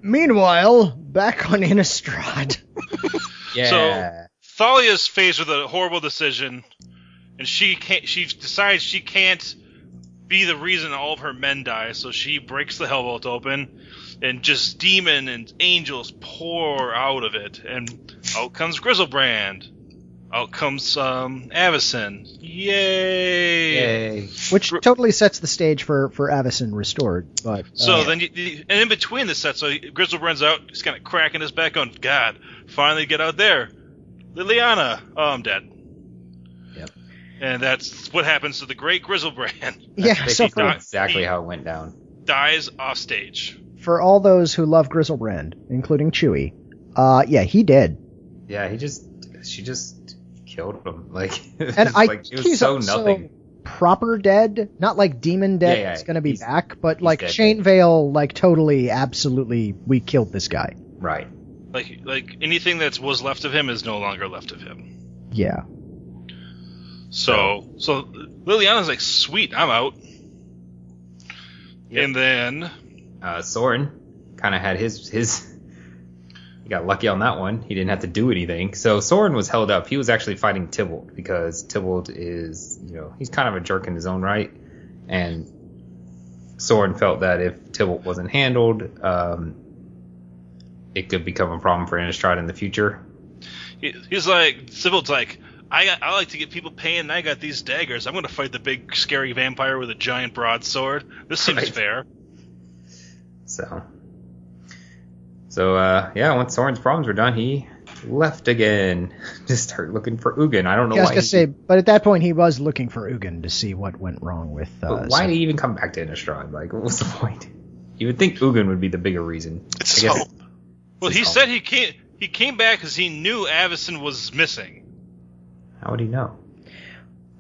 Speaker 2: Meanwhile, back on Innistrad.
Speaker 4: Yeah.
Speaker 3: Thalia's faced with a horrible decision, and she can't. She decides she can't be the reason all of her men die. So she breaks the Hellbolt open, and just demon and angels pour out of it, and out comes Grizzlebrand. Out comes um, Avison. Yay!
Speaker 4: Yay.
Speaker 2: Which
Speaker 3: Re-
Speaker 2: totally sets the stage for for Avison restored. But
Speaker 3: So
Speaker 4: Oh.
Speaker 2: uh,
Speaker 3: then, you, you- and in between the sets, so Grizzlebrand's out, he's kind of cracking his back on. God, finally get out there, Liliana. Oh, I'm dead.
Speaker 4: Yep.
Speaker 3: And that's what happens to the great Grizzlebrand.
Speaker 2: yeah,
Speaker 4: That's
Speaker 2: so
Speaker 4: basically
Speaker 2: for,
Speaker 3: Doc.
Speaker 4: exactly how it went down.
Speaker 3: Dies off stage.
Speaker 2: for all those who love Grizzlebrand, including Chewy, uh, yeah, he did.
Speaker 4: Yeah, he just she just killed him. Like, it
Speaker 2: And
Speaker 4: was
Speaker 2: I
Speaker 4: like, it
Speaker 2: think
Speaker 4: was
Speaker 2: he's
Speaker 4: so
Speaker 2: also
Speaker 4: nothing.
Speaker 2: proper dead, not like demon dead.
Speaker 4: Yeah, yeah,
Speaker 2: it's gonna be
Speaker 4: he's-
Speaker 2: back, but like
Speaker 4: dead.
Speaker 2: Shane Vale, like totally, absolutely, we killed this guy.
Speaker 4: Right.
Speaker 3: Like, like anything that was left of him is no longer left of him.
Speaker 2: Yeah,
Speaker 3: So, so Liliana's like, sweet, I'm out.
Speaker 4: Yep.
Speaker 3: And then,
Speaker 4: uh, Soren kind of had his his. He got lucky on that one. He didn't have to do anything. So Soren was held up. He was actually fighting Tybalt because Tybalt is you know he's kind of a jerk in his own right, and Soren felt that if Tybalt wasn't handled, um, it could become a problem for Innistrad in the future.
Speaker 3: he, he's like, Sybil's like, I got, I like to get people paying. and I got these daggers. I'm gonna fight the big scary vampire with a giant broadsword. This seems
Speaker 4: Right.
Speaker 3: fair.
Speaker 4: So. So uh, yeah, once Soren's problems were done, he left again to start looking for Ugin. I don't know
Speaker 2: yeah I was
Speaker 4: why.
Speaker 2: gonna
Speaker 4: he-
Speaker 2: say, but at that point, he was looking for Ugin to see what went wrong with. Uh,
Speaker 4: But why
Speaker 2: some-
Speaker 4: did he even come back to Innistrad? Like, what was the point? You would think Ugin would be the bigger reason.
Speaker 5: It's his
Speaker 4: I guess
Speaker 5: home.
Speaker 3: Well,
Speaker 4: his
Speaker 3: he
Speaker 4: home.
Speaker 3: said he came he came back because he knew Avison was missing.
Speaker 4: How would he know?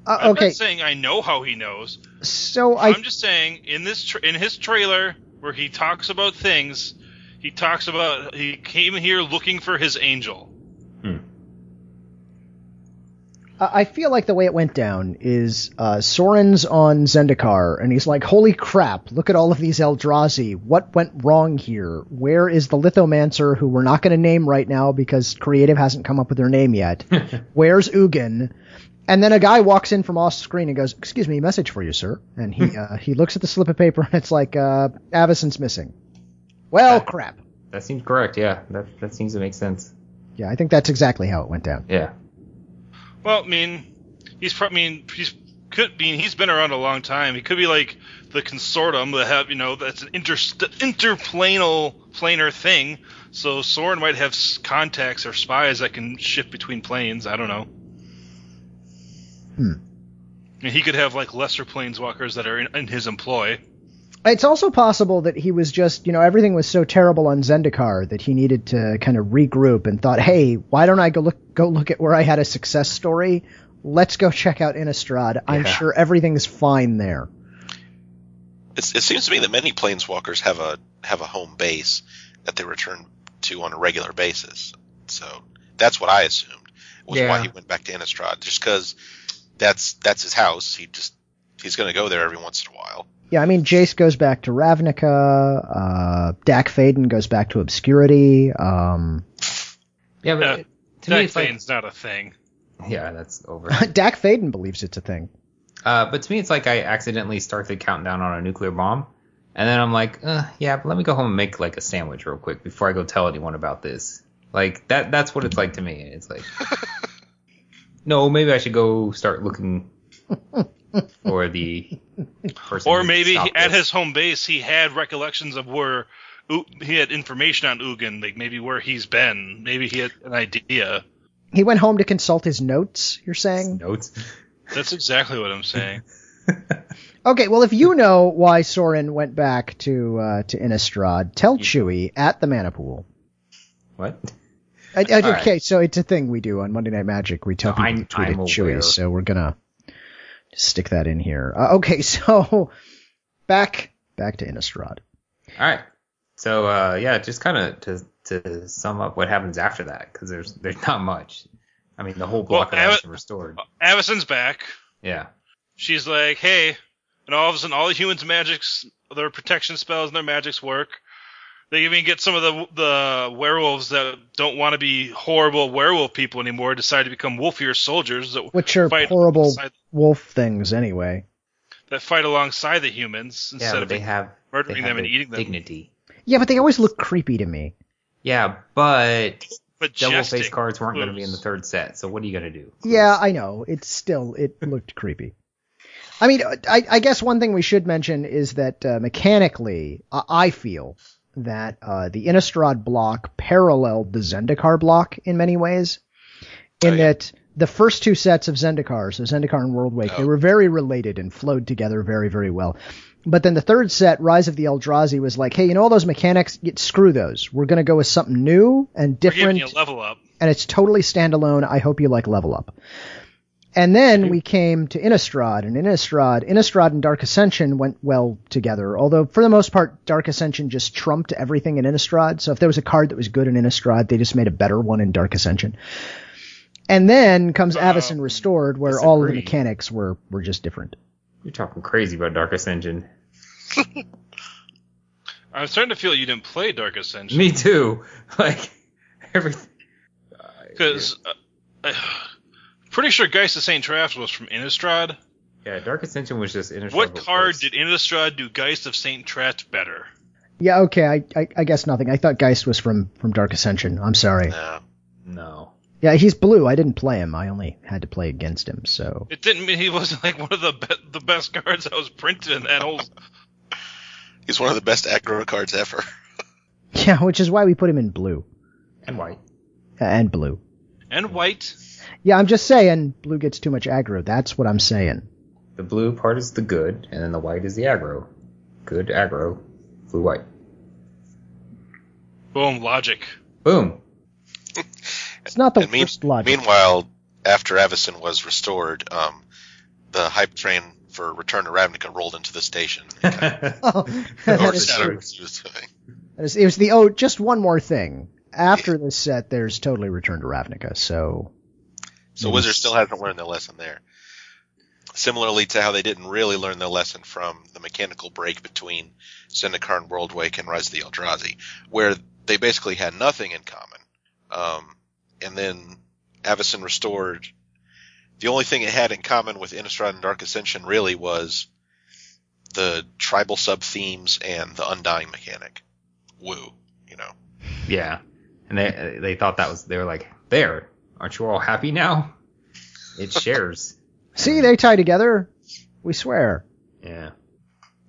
Speaker 2: Uh,
Speaker 3: I'm
Speaker 2: okay,
Speaker 3: not saying I know how he knows.
Speaker 2: so I
Speaker 3: I'm just saying in this tra- in his trailer where he talks about things, he talks about he came here looking for his angel.
Speaker 2: I I feel like the way it went down is uh, Soren's on Zendikar, and he's like, "Holy crap! Look at all of these Eldrazi. What went wrong here? Where is the Lithomancer, who we're not going to name right now because Creative hasn't come up with their name yet? Where's Ugin?" And then a guy walks in from off screen and goes, "Excuse me, message for you, sir." And he uh, he looks at the slip of paper and it's like, uh, "Avison's missing." Well, crap.
Speaker 4: That seems correct. Yeah, that that seems to make sense.
Speaker 2: Yeah, I think that's exactly how it went down.
Speaker 4: Yeah.
Speaker 3: Well, I mean, he's probably mean he's could mean he's been around a long time. He could be like the consortium that have you know that's an inter interplanal planar thing. So Soren might have s- contacts or spies that can shift between planes. I don't know.
Speaker 2: Hmm.
Speaker 3: And he could have like lesser planeswalkers that are in, in his employ.
Speaker 2: It's also possible that he was just, you know, everything was so terrible on Zendikar that he needed to kind of regroup and thought, hey, why don't I go look go look at where I had a success story? Let's go check out Innistrad. I'm
Speaker 4: Yeah.
Speaker 2: sure everything's fine there.
Speaker 5: It's, it seems to me that many planeswalkers have a have a home base that they return to on a regular basis. So that's what I assumed was
Speaker 4: Yeah.
Speaker 5: why he went back to Innistrad, just because that's that's his house. He just he's going to go there every once in a while.
Speaker 2: Yeah, I mean, Jace goes back to Ravnica. Uh, Dak Faden goes back to Obscurity. Um,
Speaker 4: Yeah, but
Speaker 3: Yeah.
Speaker 4: it- to me
Speaker 3: That
Speaker 4: it's like
Speaker 3: plane's not a thing.
Speaker 4: yeah, that's over.
Speaker 2: Dak Faden believes it's a thing.
Speaker 4: uh, but to me it's like I accidentally start the countdown on a nuclear bomb, and then I'm like, uh, yeah, but let me go home and make like a sandwich real quick before I go tell anyone about this. Like that that's what it's like to me. It's like, no, maybe I should go start looking for the person.
Speaker 3: Or
Speaker 4: who
Speaker 3: maybe
Speaker 4: stopped
Speaker 3: at
Speaker 4: this.
Speaker 3: his home base, he had recollections of where U- he had information on Ugin, like maybe where he's been. Maybe he had an idea.
Speaker 2: He went home to consult his notes, you're saying?
Speaker 4: notes.
Speaker 3: That's exactly what I'm saying.
Speaker 2: Okay, well, if you know why Soren went back to uh, to Innistrad, tell Chewie at the Mana Pool.
Speaker 4: What?
Speaker 2: I, I,
Speaker 4: All right.
Speaker 2: okay, so it's a thing we do on Monday Night Magic. We tell
Speaker 4: No,
Speaker 2: people
Speaker 4: I'm-
Speaker 2: to tweet
Speaker 4: I'm
Speaker 2: at Chewie,
Speaker 4: aware.
Speaker 2: so we're gonna stick that in here. Uh, okay, so back back to Innistrad.
Speaker 4: All right. So uh, yeah, just kind of to to sum up what happens after that, because there's there's not much. I mean, the whole block
Speaker 3: Well,
Speaker 4: of
Speaker 3: Ava-
Speaker 4: ice is restored.
Speaker 3: Avison's back.
Speaker 4: Yeah.
Speaker 3: She's like, hey, and all of a sudden, all the humans' magics, their protection spells and their magics work. They even get some of the the werewolves that don't want to be horrible werewolf people anymore decide to become wolfier soldiers that
Speaker 2: Which are
Speaker 3: fight
Speaker 2: horrible
Speaker 3: alongside-
Speaker 2: wolf things anyway.
Speaker 3: that fight alongside the humans
Speaker 4: Yeah,
Speaker 3: instead
Speaker 4: but
Speaker 3: of
Speaker 4: they have
Speaker 3: murdering
Speaker 4: they have
Speaker 3: them and
Speaker 4: their
Speaker 3: eating them.
Speaker 4: dignity.
Speaker 2: Yeah, but they always look creepy to me.
Speaker 4: Yeah, but double
Speaker 3: majestic
Speaker 4: face cards weren't going to be in the
Speaker 3: moves.
Speaker 4: third set. So what are you going to do?
Speaker 2: Yeah, I know. It's still it looked creepy. I mean, I, I guess one thing we should mention is that uh, mechanically, I, I feel that uh, the Innistrad block paralleled the Zendikar block in many ways, in
Speaker 5: Oh, yeah.
Speaker 2: that the first two sets of Zendikar, so Zendikar and Worldwake, they
Speaker 5: Oh.
Speaker 2: were very related and flowed together very, very well. But then the third set, Rise of the Eldrazi, was like, hey, you know all those mechanics? Get, screw those. We're going to go with something new and
Speaker 3: We're giving
Speaker 2: different
Speaker 3: you a level up.
Speaker 2: and it's totally standalone. I hope you like Level Up. And then we came to Innistrad, and Innistrad, Innistrad and Dark Ascension went well together. Although for the most part, Dark Ascension just trumped everything in Innistrad. So if there was a card that was good in Innistrad, they just made a better one in Dark Ascension. And then comes Avacyn
Speaker 3: Um,
Speaker 2: Restored, where all of the
Speaker 4: disagree.
Speaker 2: mechanics were were just different.
Speaker 4: You're talking crazy about Dark Ascension.
Speaker 3: I'm starting to feel you didn't play Dark Ascension.
Speaker 4: Me too. Like everything.
Speaker 3: Because uh, uh, pretty sure Geist of St. Traps was from Innistrad.
Speaker 4: Yeah, Dark Ascension was just inner
Speaker 3: What
Speaker 4: circle
Speaker 3: card
Speaker 4: first.
Speaker 3: did Innistrad do Geist of St. Traps better?
Speaker 2: Yeah, okay, I, I I guess nothing. I thought Geist was from from Dark Ascension. I'm sorry.
Speaker 5: No.
Speaker 4: No.
Speaker 2: Yeah, he's blue. I didn't play him. I only had to play against him. So
Speaker 3: It didn't mean he wasn't like one of the be- the best cards that was printed in that whole.
Speaker 5: He's one of the best aggro cards ever.
Speaker 2: yeah, which is why we put him in blue.
Speaker 4: And white.
Speaker 2: Uh, and blue.
Speaker 3: and white.
Speaker 2: Yeah, I'm just saying blue gets too much aggro. That's what I'm saying.
Speaker 4: The blue part is the good, and then the white is the aggro. Good aggro, blue white.
Speaker 3: Boom, logic.
Speaker 4: Boom.
Speaker 2: It's not the
Speaker 5: And mean-
Speaker 2: worst logic.
Speaker 5: Meanwhile, after Avison was restored, um, the hype train for Return to Ravnica rolled into the station.
Speaker 2: Oh, that
Speaker 5: Or
Speaker 2: is
Speaker 5: whatever
Speaker 2: true.
Speaker 5: it was doing.
Speaker 2: That is- It was the oh, just one more thing. After this set, there's totally Return to Ravnica. So
Speaker 5: So Wizards still hasn't learned their lesson there. Similarly to how they didn't really learn their lesson from the mechanical break between Zendikar and Worldwake and Rise of the Eldrazi, where they basically had nothing in common. Um, and then Avacyn Restored, the only thing it had in common with Innistrad and Dark Ascension really was the tribal sub-themes and the Undying mechanic. Woo, you know.
Speaker 4: Yeah. And they they thought that was they were like there. Aren't you all happy now? It shares.
Speaker 2: see, they tie together. We swear.
Speaker 4: yeah.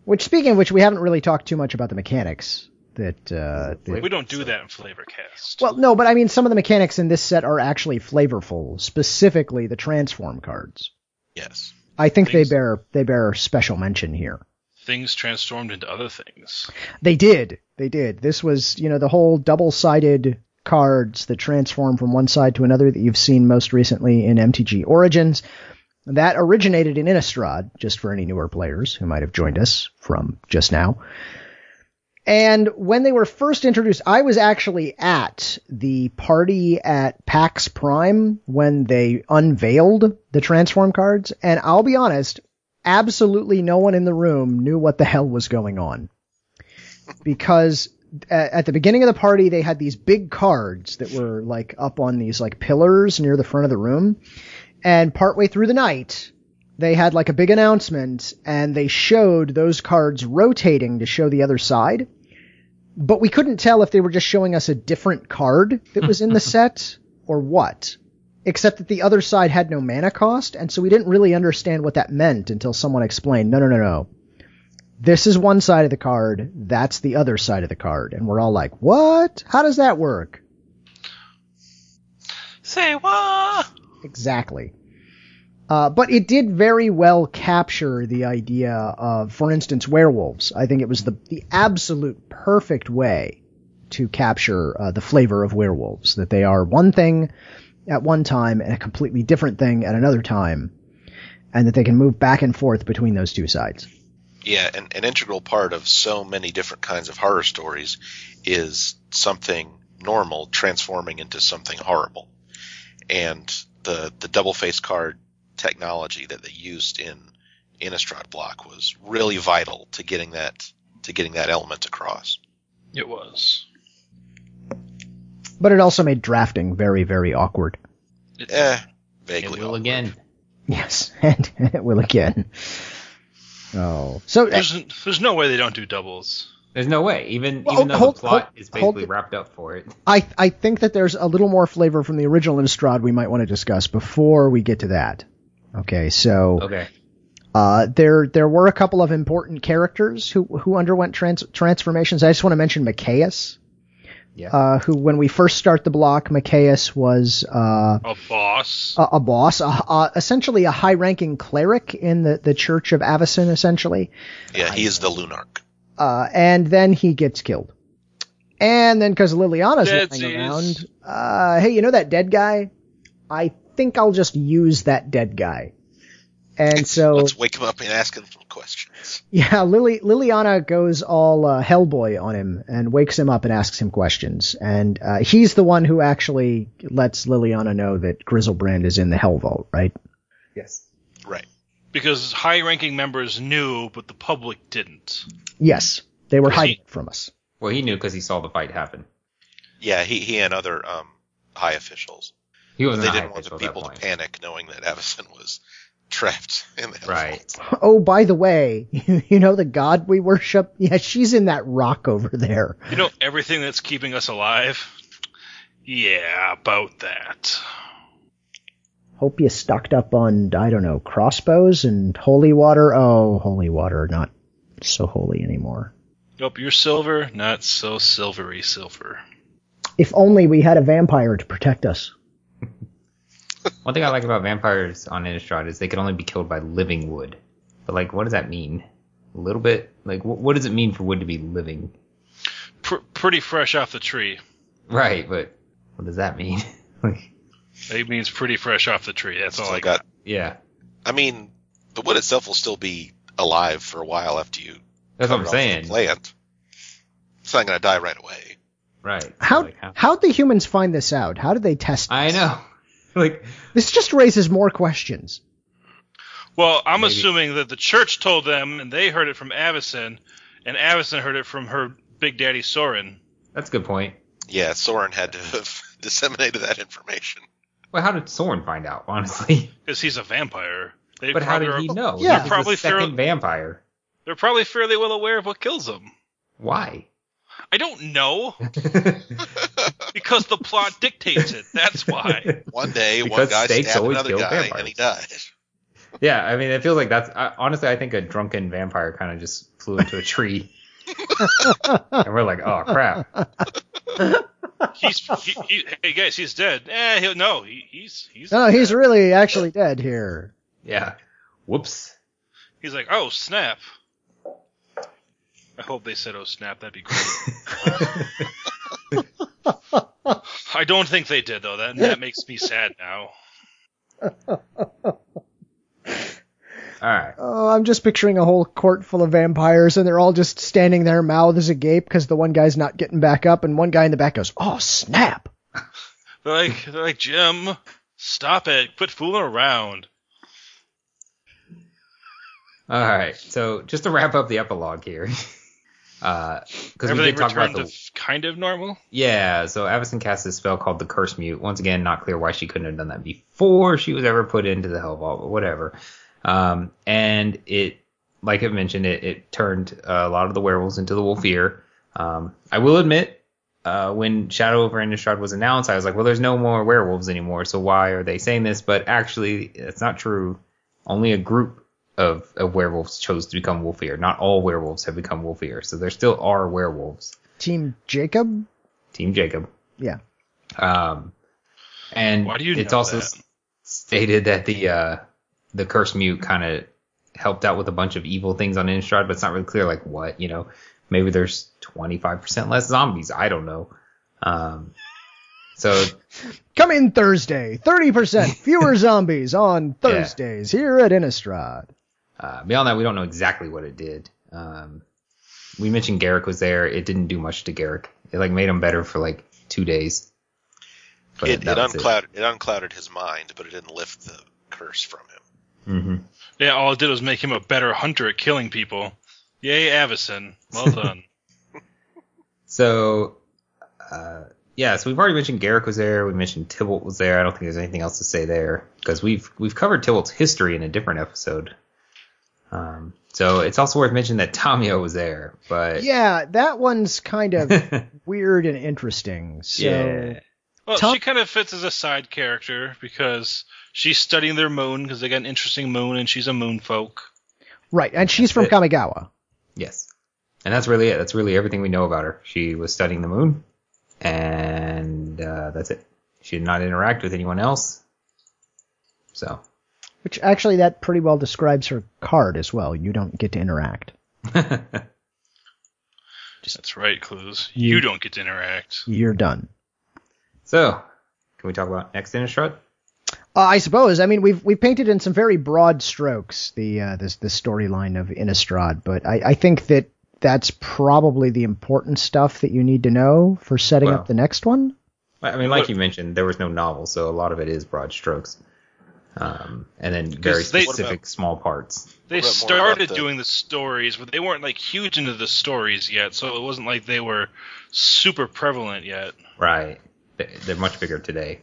Speaker 2: Which, speaking of which, we haven't really talked too much about the mechanics that. Uh, that
Speaker 3: We don't do that in Flavor Cast.
Speaker 2: well, no, but I mean, some of the mechanics in this set are actually flavorful. Specifically, the transform cards.
Speaker 5: Yes.
Speaker 2: I think they
Speaker 3: Thanks.
Speaker 2: bear they bear special mention here.
Speaker 3: things transformed into other things.
Speaker 2: They did. They did. This was, you know, the whole double sided cards that transform from one side to another that you've seen most recently in MTG Origins. That originated in Innistrad, just for any newer players who might have joined us from just now. And when they were first introduced, I was actually at the party at PAX Prime when they unveiled the transform cards. And I'll be honest, absolutely no one in the room knew what the hell was going on because a- at the beginning of the party they had these big cards that were like up on these like pillars near the front of the room and partway through the night they had like a big announcement and they showed those cards rotating to show the other side but we couldn't tell if they were just showing us a different card that was in the set or what except that the other side had no mana cost and so we didn't really understand what that meant until someone explained no no no no this is one side of the card, that's the other side of the card. And we're all like, what? How does that work?
Speaker 3: Say what?
Speaker 2: Exactly. Uh, but it did very well capture the idea of, for instance, werewolves. I think it was the, the absolute perfect way to capture uh, the flavor of werewolves, that they are one thing at one time and a completely different thing at another time, and that they can move back and forth between those two sides.
Speaker 5: Yeah, an, an integral part of so many different kinds of horror stories is something normal transforming into something horrible. And the the double face card technology that they used in Innistrad block was really vital to getting that to getting that element across.
Speaker 3: It was.
Speaker 2: But it also made drafting very, very awkward.
Speaker 5: Eh,
Speaker 4: It
Speaker 5: vaguely.
Speaker 4: will
Speaker 5: awkward.
Speaker 4: again.
Speaker 2: Yes, and it will again. Oh, so uh,
Speaker 3: There's there's no way they don't do doubles.
Speaker 4: There's no way. Even
Speaker 2: Well,
Speaker 4: even though
Speaker 2: hold-
Speaker 4: the plot
Speaker 2: hold-
Speaker 4: is
Speaker 2: hold
Speaker 4: basically
Speaker 2: it.
Speaker 4: wrapped up for it.
Speaker 2: I I think that there's a little more flavor from the original Instrad we might want to discuss before we get to that. Okay, so
Speaker 4: Okay.
Speaker 2: Uh, there there were a couple of important characters who who underwent trans- transformations. I just want to mention Micaeus,
Speaker 4: Yeah.
Speaker 2: uh, who when we first start the block, Micaeus was uh,
Speaker 3: A boss.
Speaker 2: a, a boss, a, a, essentially a high ranking cleric in the the Church of Avison, essentially,
Speaker 5: Oh, Yeah, he is the Lunark.
Speaker 2: uh, and then he gets killed. And then because Liliana's
Speaker 3: Dead
Speaker 2: lying
Speaker 3: seas.
Speaker 2: around, uh, hey, you know that dead guy? I think I'll just use that dead guy. And so
Speaker 5: Let's wake him up and ask him some questions.
Speaker 2: Yeah, Lily, Liliana goes all uh, Hellboy on him and wakes him up and asks him questions. And uh, he's the one who actually lets Liliana know that Grizzlebrand is in the Hell Vault, right?
Speaker 4: Yes.
Speaker 5: Right.
Speaker 3: Because high ranking members knew, but the public didn't.
Speaker 2: Yes, they were
Speaker 3: Is he-
Speaker 2: hiding it from us.
Speaker 4: Well, he knew because he saw the fight happen.
Speaker 5: Yeah, he he and other um high officials.
Speaker 4: He
Speaker 5: They
Speaker 4: wasn't a high
Speaker 5: didn't want
Speaker 4: official
Speaker 5: the
Speaker 4: at that
Speaker 5: people to
Speaker 4: point.
Speaker 5: panic knowing that Avison was trapped in the hell
Speaker 4: Right.
Speaker 2: Oh, by the way, you know the god we worship? Yeah, she's in that rock over there.
Speaker 3: You know everything that's keeping us alive. Yeah, about that.
Speaker 2: Hope you stocked up on, I don't know, crossbows and holy water. Oh, holy water, not so holy anymore.
Speaker 3: Nope, you're silver, not so silvery silver.
Speaker 2: If only we had a vampire to protect us.
Speaker 4: One thing I like about vampires on Innistrad is they can only be killed by living wood. But like, what does that mean? A little bit. Like, wh- what does it mean for wood to be living?
Speaker 3: Pr- pretty fresh off the tree.
Speaker 4: Right, but what does that mean? like,
Speaker 3: It means pretty fresh off the tree. That's
Speaker 5: So
Speaker 3: all
Speaker 5: I
Speaker 3: I
Speaker 5: got.
Speaker 3: got.
Speaker 4: yeah,
Speaker 5: I mean, the wood itself will still be alive for a while after you.
Speaker 4: that's what
Speaker 5: cut
Speaker 4: I'm
Speaker 5: it off
Speaker 4: saying.
Speaker 5: The plant. It's not going to die right away.
Speaker 4: Right.
Speaker 2: How
Speaker 4: Like, how-
Speaker 2: how'd the humans find this out? How did they test? This?
Speaker 4: Oh, I know. like,
Speaker 2: This just raises more questions.
Speaker 3: Well, I'm
Speaker 4: Maybe.
Speaker 3: assuming that the church told them, and they heard it from Avison, and Avison heard it from her big daddy Soren.
Speaker 4: that's a good point.
Speaker 5: Yeah, Soren had to have disseminated that information.
Speaker 4: Well, how did Soren find out? Honestly,
Speaker 3: because he's a vampire. They
Speaker 4: but how
Speaker 3: probably
Speaker 4: did he
Speaker 3: are-
Speaker 4: know?
Speaker 2: Yeah.
Speaker 4: he
Speaker 3: Probably
Speaker 4: probably second
Speaker 3: through-
Speaker 4: vampire.
Speaker 3: They're probably fairly well aware of what kills them.
Speaker 4: Why?
Speaker 3: I don't know because the plot dictates it. That's why.
Speaker 5: One day, one
Speaker 4: Because
Speaker 5: guy
Speaker 4: snakes
Speaker 5: stabbed
Speaker 4: always
Speaker 5: another
Speaker 4: kill
Speaker 5: guy,
Speaker 4: vampires.
Speaker 5: and he died.
Speaker 4: Yeah, I mean, it feels like that's I, honestly. I think a drunken vampire kind of just flew into a tree, and we're like, "Oh crap!"
Speaker 3: He's he, he, hey guys, he's dead. Eh, he'll no. He, he's he's
Speaker 2: No, Oh, he's really actually dead here.
Speaker 4: Yeah, whoops.
Speaker 3: he's like oh snap. I hope they said oh snap. That'd be great. I don't think they did though. That that makes me sad now.
Speaker 4: All right,
Speaker 2: Oh, I'm just picturing a whole court full of vampires, and they're all just standing there, mouths agape, because the one guy's not getting back up, and one guy in the back goes, "Oh snap!"
Speaker 3: They're like they're like Jim, stop it. Quit fooling around.
Speaker 4: all right. So just to wrap up the epilogue here, because we
Speaker 3: Everything
Speaker 4: did talk
Speaker 3: returned
Speaker 4: about
Speaker 3: to
Speaker 4: the
Speaker 3: f- kind of normal.
Speaker 4: yeah. So Avison casts this spell called the Curse Mute. Once again, not clear why she couldn't have done that before she was ever put into the Hell Vault, but whatever. Um, and it, like I mentioned, it, it turned uh, a lot of the werewolves into the wolfier. Um, I will admit, uh, when Shadow over Innistrad was announced, I was like, well, there's no more werewolves anymore, so why are they saying this? But actually, it's not true. Only a group of, of werewolves chose to become wolfier. Not all werewolves have become wolfier, so there still are werewolves.
Speaker 2: Team Jacob.
Speaker 4: Team Jacob.
Speaker 2: Yeah.
Speaker 4: Um, and
Speaker 3: Why do you
Speaker 4: it's
Speaker 3: know
Speaker 4: also
Speaker 3: that?
Speaker 4: s- stated that the uh, the curse mute kind of helped out with a bunch of evil things on Innistrad, but it's not really clear like what you know. Maybe there's 25% less zombies. I don't know. Um, so
Speaker 2: Come in Thursday. Thirty percent fewer zombies on
Speaker 4: Yeah.
Speaker 2: Thursdays here at Innistrad.
Speaker 4: Uh, beyond that, we don't know exactly what it did. Um, we mentioned Garrick was there. It didn't do much to Garrick. It like made him better for like two days. But
Speaker 5: It, it,
Speaker 4: that was
Speaker 5: unclouded, it unclouded his mind, but it didn't lift the curse from him.
Speaker 4: Mhm.
Speaker 3: Yeah, all it did was make him a better hunter at killing people. Yay, Avison. Well done.
Speaker 4: So, uh, yeah, so we've already mentioned Garrick was there. We mentioned Tybalt was there. I don't think there's anything else to say there because we've we've covered Tybalt's history in a different episode. Um, so it's also worth mentioning that Tamio was there, but
Speaker 2: Yeah, that one's kind of weird and interesting. So
Speaker 4: yeah,
Speaker 3: Well,
Speaker 2: Tom-
Speaker 3: she kind of fits as a side character because she's studying their moon because they got an interesting moon and she's a moon folk.
Speaker 2: right, and she's from
Speaker 4: It-
Speaker 2: Kamigawa.
Speaker 4: yes, and that's really it. That's really everything we know about her. She was studying the moon, and uh, that's it. She did not interact with anyone else. So
Speaker 2: Which actually, that pretty well describes her card as well. You don't get to interact.
Speaker 3: That's right, clues. You don't get to interact.
Speaker 2: You're done.
Speaker 4: So, can we talk about next Innistrad?
Speaker 2: Uh, I suppose. I mean, we've we've painted in some very broad strokes the uh, this the storyline of Innistrad, but I, I think that that's probably the important stuff that you need to know for setting
Speaker 4: Well.
Speaker 2: up the next one.
Speaker 4: I I mean, like
Speaker 3: What-
Speaker 4: you mentioned, there was no novel, so a lot of it is broad strokes, um, and then very
Speaker 3: 'Cause they-
Speaker 4: specific small parts.
Speaker 3: They
Speaker 5: What about more
Speaker 3: started
Speaker 5: about the-
Speaker 3: doing the stories, but they weren't like huge into the stories yet, so it wasn't like they were super prevalent yet.
Speaker 4: Right. They- They're much bigger today.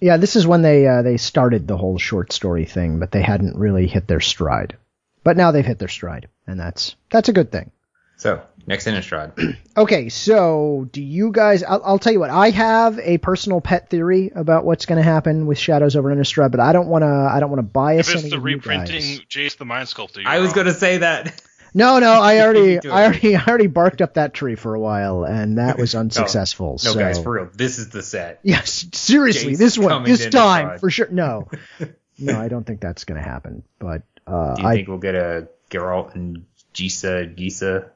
Speaker 2: Yeah, this is when they uh, they started the whole short story thing, but they hadn't really hit their stride. But now they've hit their stride, and that's that's a good thing.
Speaker 4: So, next Innistrad.
Speaker 2: Okay, so do you guys? I'll, I'll tell you what. I have a personal pet theory about what's going to happen with Shadows over Innistrad, but I don't want to. I don't want to bias
Speaker 3: If it's
Speaker 2: any
Speaker 3: the
Speaker 2: of you guys.
Speaker 3: reprinting Jace the Mind Sculptor,
Speaker 4: I was
Speaker 3: going
Speaker 4: going to say that.
Speaker 2: No, no, I already,
Speaker 4: Do it.
Speaker 2: I already, I already barked up that tree for a while, and that was unsuccessful.
Speaker 4: Oh, No,
Speaker 2: so.
Speaker 4: guys, for real. This is the set.
Speaker 2: Yes, seriously,
Speaker 4: Jace
Speaker 2: this one,
Speaker 4: coming
Speaker 2: this
Speaker 4: to
Speaker 2: time
Speaker 4: Nimrod.
Speaker 2: for sure. No, no, I don't think that's going to happen. But uh,
Speaker 4: Do you
Speaker 2: I,
Speaker 4: think we'll get a Geralt and Gisa, Gisa?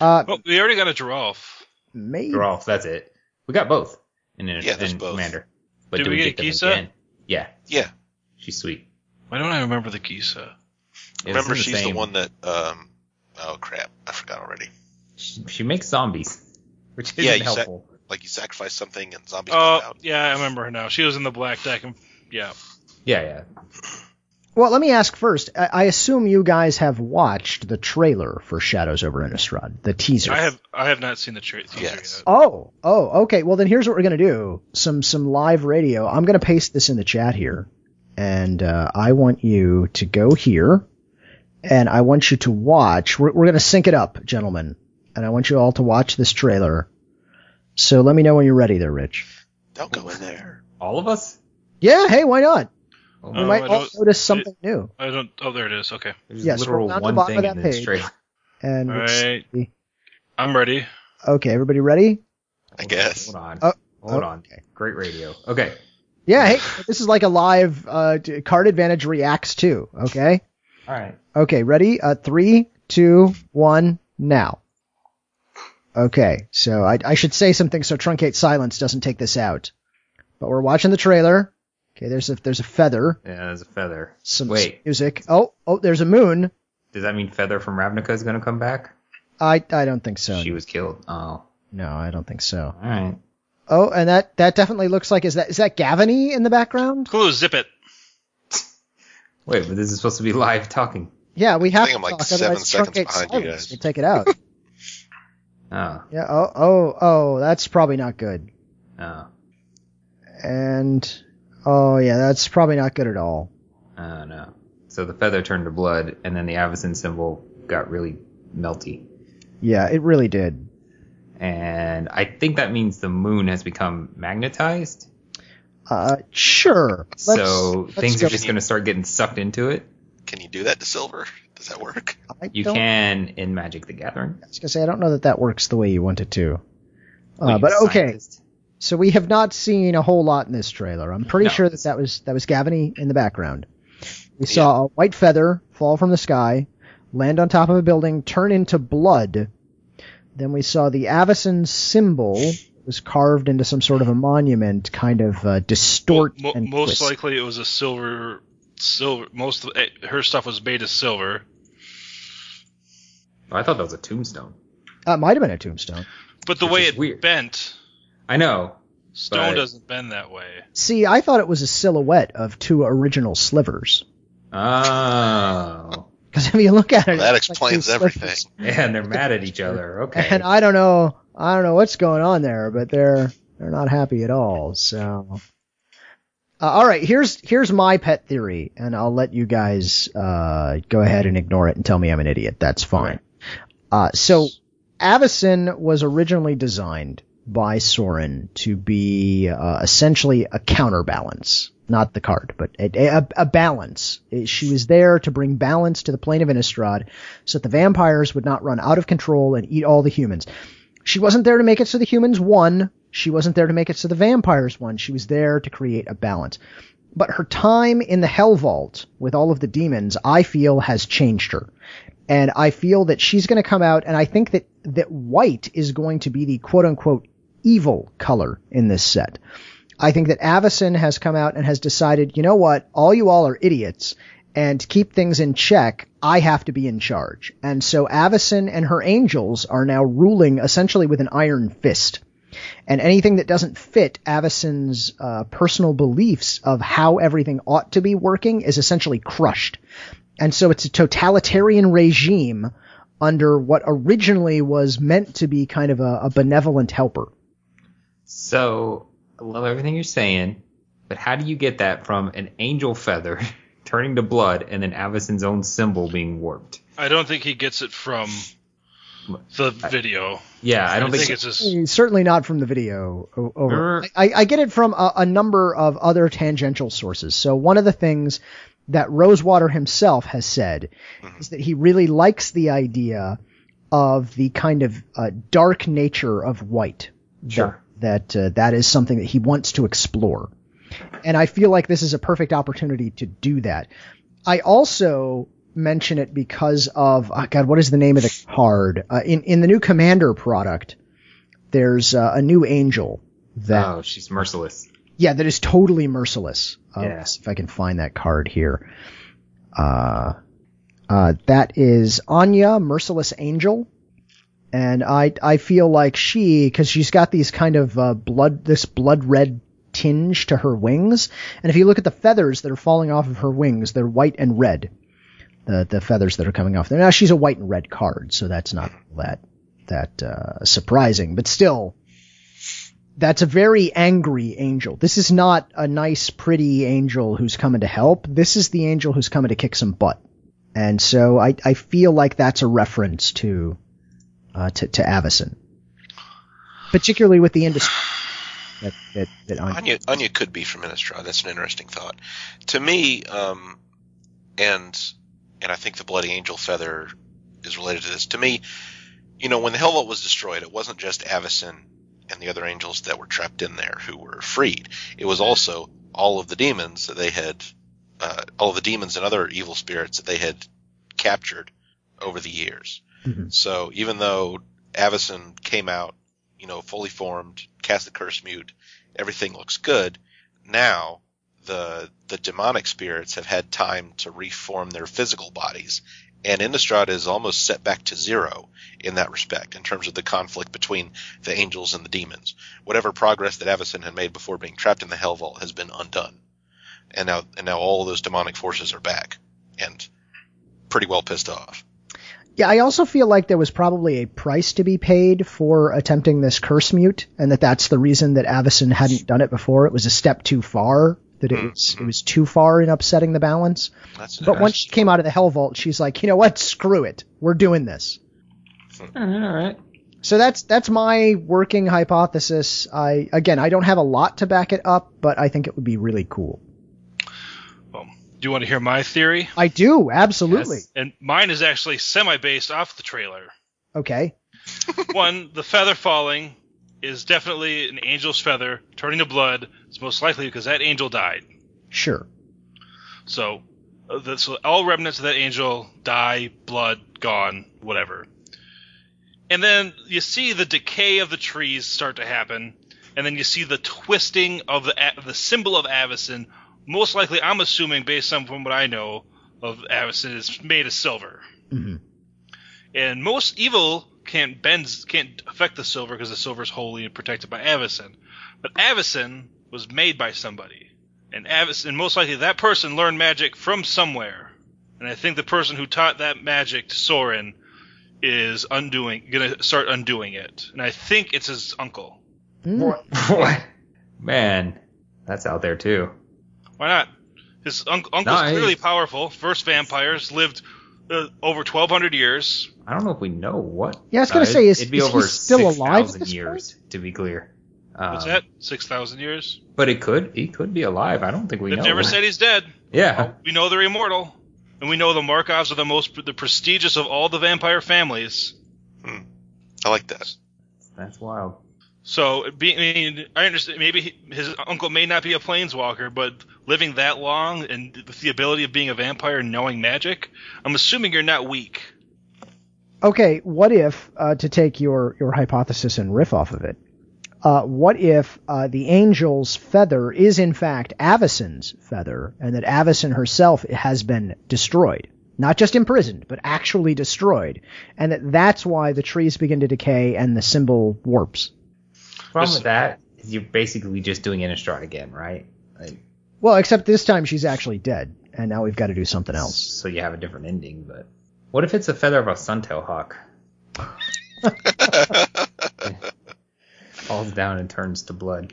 Speaker 2: uh,
Speaker 3: Well, Oh, we already got a giraffe.
Speaker 2: maybe
Speaker 4: Geralt, that's it. We got both in Innistrad
Speaker 5: Yeah, there's
Speaker 4: and
Speaker 5: both.
Speaker 4: Commander. But
Speaker 3: Did
Speaker 4: do
Speaker 3: we
Speaker 4: we,
Speaker 3: get
Speaker 4: get, them
Speaker 3: Gisa?
Speaker 4: again? Yeah,
Speaker 5: Yeah.
Speaker 4: she's sweet.
Speaker 3: Why don't I remember the Gisa?
Speaker 4: It was
Speaker 5: Remember,
Speaker 4: in
Speaker 5: she's
Speaker 4: same-
Speaker 5: the one that. Um, oh crap! I forgot already.
Speaker 4: She, she makes zombies, which isn't
Speaker 5: Yeah, you said-
Speaker 4: helpful.
Speaker 5: Like you sacrifice something and zombies come
Speaker 3: Oh,
Speaker 5: out.
Speaker 3: yeah, I remember her now. She was in the black deck. And, yeah.
Speaker 4: Yeah, yeah.
Speaker 2: Well, let me ask first. I, I assume you guys have watched the trailer for Shadows over Innistrad, the teaser.
Speaker 3: I have I have not seen the tra- teaser
Speaker 5: Yes.
Speaker 3: yet.
Speaker 2: Oh, oh, okay. Well, then here's what we're gonna do: some some live radio. I'm gonna paste this in the chat here, and uh, I want you to go here, and I want you to watch. We're, we're gonna sync it up, gentlemen, and I want you all to watch this trailer. So let me know when you're ready, there, Rich.
Speaker 5: Don't go in there.
Speaker 4: All of us?
Speaker 2: Yeah, hey, why not?
Speaker 4: Oh,
Speaker 2: We
Speaker 3: Uh,
Speaker 2: might
Speaker 3: I
Speaker 2: all
Speaker 3: don't-
Speaker 2: notice something new,
Speaker 3: I don't. Oh, there it is. Okay.
Speaker 4: There's
Speaker 2: yeah, scroll
Speaker 4: literal
Speaker 2: down to the
Speaker 4: one
Speaker 2: bottom
Speaker 4: thing
Speaker 2: of that
Speaker 4: in this
Speaker 2: page.
Speaker 4: trailer.
Speaker 2: and
Speaker 3: All
Speaker 2: let's
Speaker 3: right.
Speaker 2: see.
Speaker 3: I'm ready.
Speaker 2: okay, everybody ready?
Speaker 5: I guess.
Speaker 4: Hold on.
Speaker 2: Oh,
Speaker 4: Hold
Speaker 2: oh,
Speaker 4: on. Great radio. Okay.
Speaker 2: Yeah, hey, this is like a live uh, d- card advantage reacts too. Okay,
Speaker 4: All right.
Speaker 2: Okay, ready? Uh, three, two, one, now. Okay, so I, I should say something so truncate silence doesn't take this out. But we're watching the trailer. Okay, there's a there's a feather,
Speaker 4: Yeah, there's a feather.
Speaker 2: some
Speaker 4: Wait.
Speaker 2: music. Oh, oh, there's a moon.
Speaker 4: Does that mean Feather from Ravnica is going to come back?
Speaker 2: I I don't think so.
Speaker 4: She was killed. Oh.
Speaker 2: No, I don't think so.
Speaker 4: All right.
Speaker 2: Oh, and that that definitely looks like is that is that Gavany in the background?
Speaker 3: Clue, zip it.
Speaker 4: Wait, but this is supposed to be live talking.
Speaker 2: Yeah, we have
Speaker 5: think
Speaker 2: to
Speaker 5: I'm, like,
Speaker 2: talk,
Speaker 5: seven
Speaker 2: otherwise
Speaker 5: seconds
Speaker 2: truncate
Speaker 5: behind you
Speaker 2: silence
Speaker 5: guys.
Speaker 2: will take it out.
Speaker 4: Oh.
Speaker 2: yeah. Oh, oh, oh, that's probably not good.
Speaker 4: Oh.
Speaker 2: and oh yeah, that's probably not good at all.
Speaker 4: Oh, no. So the feather turned to blood, and then the Avacyn symbol got really melty.
Speaker 2: Yeah, it really did.
Speaker 4: And I think that means the moon has become magnetized.
Speaker 2: Uh, sure.
Speaker 4: so
Speaker 2: let's
Speaker 4: things
Speaker 2: go-
Speaker 4: are just going to start getting sucked into it.
Speaker 5: Can you do that to silver? Does that work?
Speaker 2: I
Speaker 4: You
Speaker 2: don't-
Speaker 4: can in Magic the Gathering.
Speaker 2: I was gonna say I don't know that that works the way you want it to. Uh,
Speaker 4: Wait,
Speaker 2: but okay,
Speaker 4: scientist?
Speaker 2: so we have not seen a whole lot in this trailer. I'm pretty
Speaker 4: No.
Speaker 2: sure that that was that was Gavany in the background. We saw a white feather fall from the sky, land on top of a building, turn into blood. Then we saw the Avacyn symbol that was carved into some sort of a monument, kind of uh, distort
Speaker 3: Mo-
Speaker 2: and
Speaker 3: most
Speaker 2: twist.
Speaker 3: likely it was a silver. Silver. Most of, eh, her stuff was made of silver.
Speaker 4: Oh, I thought that was a tombstone.
Speaker 2: Uh, it might have been a tombstone.
Speaker 3: But the
Speaker 4: Which
Speaker 3: way
Speaker 4: is
Speaker 3: it
Speaker 4: weird.
Speaker 3: bent,
Speaker 4: I know.
Speaker 3: stone
Speaker 4: But-
Speaker 3: doesn't bend that way.
Speaker 2: See, I thought it was a silhouette of two original slivers
Speaker 4: Oh.
Speaker 2: Because if you look at it,
Speaker 5: Well, that
Speaker 2: it's like
Speaker 5: explains
Speaker 2: these
Speaker 5: everything.
Speaker 2: slippers.
Speaker 4: and they're mad at each other. Okay.
Speaker 2: And I don't know, I don't know what's going on there, but they're they're not happy at all. So, uh, all right, here's here's my pet theory, and I'll let you guys uh, go ahead and ignore it and tell me I'm an idiot. That's fine. Uh, so, Avison was originally designed by Soren to be uh, essentially a counterbalance. Not the card, but a, a, a balance. She was there to bring balance to the plane of Innistrad so that the vampires would not run out of control and eat all the humans. She wasn't there to make it so the humans won. She wasn't there to make it so the vampires won. She was there to create a balance. But her time in the Hell Vault with all of the demons, I feel, has changed her. And I feel that she's going to come out, and I think that, that white is going to be the quote unquote evil color in this set. I think that Avison has come out and has decided, you know what, all you all are idiots, and to keep things in check, I have to be in charge. And so Avison and her angels are now ruling essentially with an iron fist. And anything that doesn't fit Avison's uh, personal beliefs of how everything ought to be working is essentially crushed. And so it's a totalitarian regime under what originally was meant to be kind of a, a benevolent helper.
Speaker 4: So I love everything you're saying, but how do you get that from an angel feather turning to blood and then Avison's own symbol being warped?
Speaker 3: I don't think he gets it from the video.
Speaker 4: Yeah, I don't think,
Speaker 3: it's just.
Speaker 2: Certainly not from the video. o- Over.
Speaker 4: Er.
Speaker 2: I, I get it from a, a number of other tangential sources. So one of the things that Rosewater himself has said is that he really likes the idea of the kind of uh, dark nature of white.
Speaker 4: Sure.
Speaker 2: That uh, that is something that he wants to explore, and I feel like this is a perfect opportunity to do that. I also mention it because of oh God, what is the name of the card uh, in in the new Commander product? There's uh, a new angel that
Speaker 4: Oh, she's merciless.
Speaker 2: yeah, that is totally merciless. Uh,
Speaker 4: Yeah.
Speaker 2: let's see If I can find that card here. Uh, uh, that is Anya, Merciless Angel. And I, I feel like she, cause she's got these kind of, uh, blood, this blood red tinge to her wings. And if you look at the feathers that are falling off of her wings, they're white and red. The, the feathers that are coming off there. Now she's a white and red card, so that's not that, that, uh, surprising, but still, that's a very angry angel. This is not a nice, pretty angel who's coming to help. This is the angel who's coming to kick some butt. And so I, I feel like that's a reference to, uh, to, to Avison. Particularly with the industry that, that, that Anya-
Speaker 5: Anya, Anya could be from Innistrad. That's an interesting thought. To me, um, and and I think the Bloody Angel feather is related to this. To me, you know, when the Hell Vault was destroyed, it wasn't just Avison and the other angels that were trapped in there who were freed. It was also all of the demons that they had, uh, all of the demons and other evil spirits that they had captured over the years.
Speaker 2: Mhm.
Speaker 5: So even though Avison came out, you know, fully formed, cast the curse mute, everything looks good. Now the the demonic spirits have had time to reform their physical bodies, and Innistrad is almost set back to zero in that respect in terms of the conflict between the angels and the demons. Whatever progress that Avison had made before being trapped in the Hell Vault has been undone, and now and now all those demonic forces are back and pretty well pissed off.
Speaker 2: Yeah, I also feel like there was probably a price to be paid for attempting this curse mute, and that that's the reason that Avison hadn't done it before. It was a step too far. That it was it was too far in upsetting the balance.
Speaker 5: That's an
Speaker 2: But once she
Speaker 5: interesting-
Speaker 2: came out of the Hell Vault, she's like, you know what? Screw it. We're doing this.
Speaker 4: All right, all right.
Speaker 2: So that's that's my working hypothesis. I again, I don't have a lot to back it up, but I think it would be really cool.
Speaker 3: um, do you want to hear my theory?
Speaker 2: I do absolutely.
Speaker 4: Yes.
Speaker 3: And mine is actually semi-based off the trailer.
Speaker 2: Okay.
Speaker 3: One, the feather falling is definitely an angel's feather turning to blood. It's most likely because that angel died.
Speaker 2: Sure.
Speaker 3: So, uh, the, so all remnants of that angel die, blood gone, whatever. And then you see the decay of the trees start to happen, and then you see the twisting of the a- the symbol of Avison. Most likely, I'm assuming based on from what I know of Avison, is made of silver.
Speaker 2: Mhm.
Speaker 3: And most evil can't bend, can't affect the silver because the silver is holy and protected by Avison. But Avison was made by somebody and Avis, and most likely that person learned magic from somewhere, And I think the person who taught that magic to Soren is undoing, gonna start undoing it. And I think it's his uncle.
Speaker 2: Hmm.
Speaker 4: What? what? Man, that's out there too.
Speaker 3: Why not? His un- uncle's
Speaker 4: Nice.
Speaker 3: clearly powerful. First vampires lived uh, over 1,200 years.
Speaker 4: I don't know if we know what.
Speaker 2: Yeah, I was gonna
Speaker 4: it'd-
Speaker 2: say, is-
Speaker 4: it'd be
Speaker 2: is he
Speaker 4: over
Speaker 2: still alive at
Speaker 4: 6,000
Speaker 2: this
Speaker 4: years to be clear.
Speaker 3: What's
Speaker 4: Um,
Speaker 3: that? 6,000 years?
Speaker 4: But it could. He could be alive. I don't think we
Speaker 3: They've
Speaker 4: know.
Speaker 3: never said he's dead.
Speaker 4: Yeah.
Speaker 3: We know they're immortal, and we know the Markovs are the most the prestigious of all the vampire families.
Speaker 5: I like that.
Speaker 4: That's wild.
Speaker 3: So, be, I mean, I understand. Maybe he- his uncle may not be a planeswalker, but living that long and with the ability of being a vampire and knowing magic, I'm assuming you're not weak.
Speaker 2: Okay, what if uh, to take your your hypothesis and riff off of it? Uh, what if uh, the angel's feather is in fact Avicen's feather, and that Avicen herself has been destroyed, not just imprisoned, but actually destroyed, and that that's why the trees begin to decay and the symbol warps?
Speaker 4: problem
Speaker 3: This-
Speaker 4: with that is you're basically just doing Innistrad again, right? Like,
Speaker 2: Well, except this time she's actually dead, and now we've got to do something else.
Speaker 4: so you have a different ending, but what if it's a feather of a suntail hawk? Falls down and turns to blood.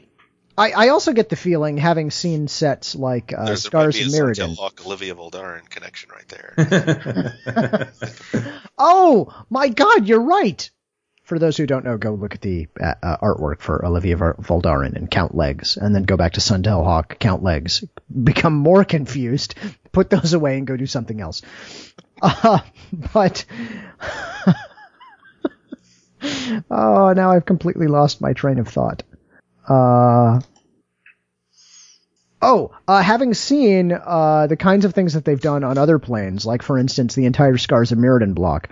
Speaker 2: I, I also get the feeling, having seen sets like uh,
Speaker 5: There's
Speaker 2: Stars
Speaker 5: might
Speaker 2: of
Speaker 5: be a Suntail
Speaker 2: Mirrodin.
Speaker 5: Hawk Olivia Voldaren connection right there.
Speaker 2: Oh my God, you're right. For those who don't know, go look at the uh, uh, artwork for Olivia Var- Voldaren and Count Legs, and then go back to Sundell Hawk, Count Legs, become more confused, put those away, and go do something else. Uh, but oh, now I've completely lost my train of thought. Uh, Oh, uh, having seen uh, the kinds of things that they've done on other planes, like for instance the entire Scars of Mirrodin block,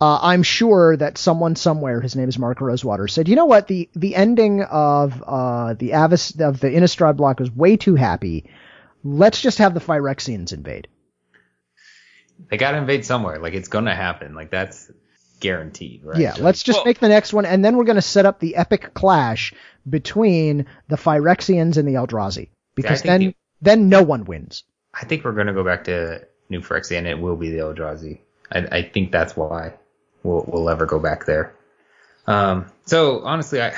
Speaker 2: uh, I'm sure that someone somewhere, his name is Mark Rosewater, said, you know what, the the ending of uh, the Avis of the Innistrad block was way too happy. Let's just have the Phyrexians invade.
Speaker 4: they gotta invade somewhere. Like it's gonna happen. Like that's guaranteed, right?
Speaker 2: Yeah,
Speaker 4: Like,
Speaker 2: let's just
Speaker 3: Well-
Speaker 2: make the next one, and then we're going to set up the epic clash between the Phyrexians and the Eldrazi, because
Speaker 4: think
Speaker 2: then
Speaker 4: the-
Speaker 2: then no one wins.
Speaker 4: I think we're gonna go back to New Phyrexia, and it will be the Eldrazi. I, I think that's why we'll we'll ever go back there. Um. So honestly, I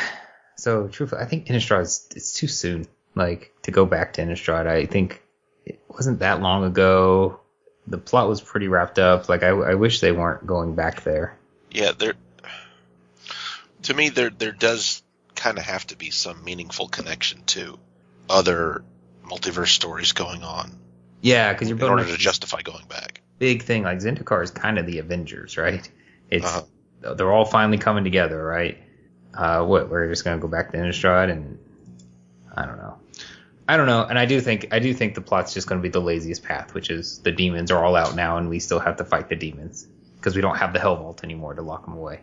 Speaker 4: so truthfully, I think Innistrad is it's too soon. Like to go back to Innistrad, I think it wasn't that long ago. The plot was pretty wrapped up. Like I, I wish they weren't going back there.
Speaker 5: Yeah, there. To me, there there does kind of have to be some meaningful connection to other multiverse stories going on
Speaker 4: Yeah, because you're
Speaker 5: in
Speaker 4: building
Speaker 5: order to
Speaker 4: a
Speaker 5: justify going back.
Speaker 4: big thing. Like Zendikar is kind of the Avengers, right? It's
Speaker 5: Uh-huh.
Speaker 4: they're all finally coming together, right? Uh, what we're just gonna go back to Innistrad and I don't know, I don't know, and I do think I do think the plot's just gonna be the laziest path, which is the demons are all out now, and we still have to fight the demons because we don't have the Hell Vault anymore to lock them away.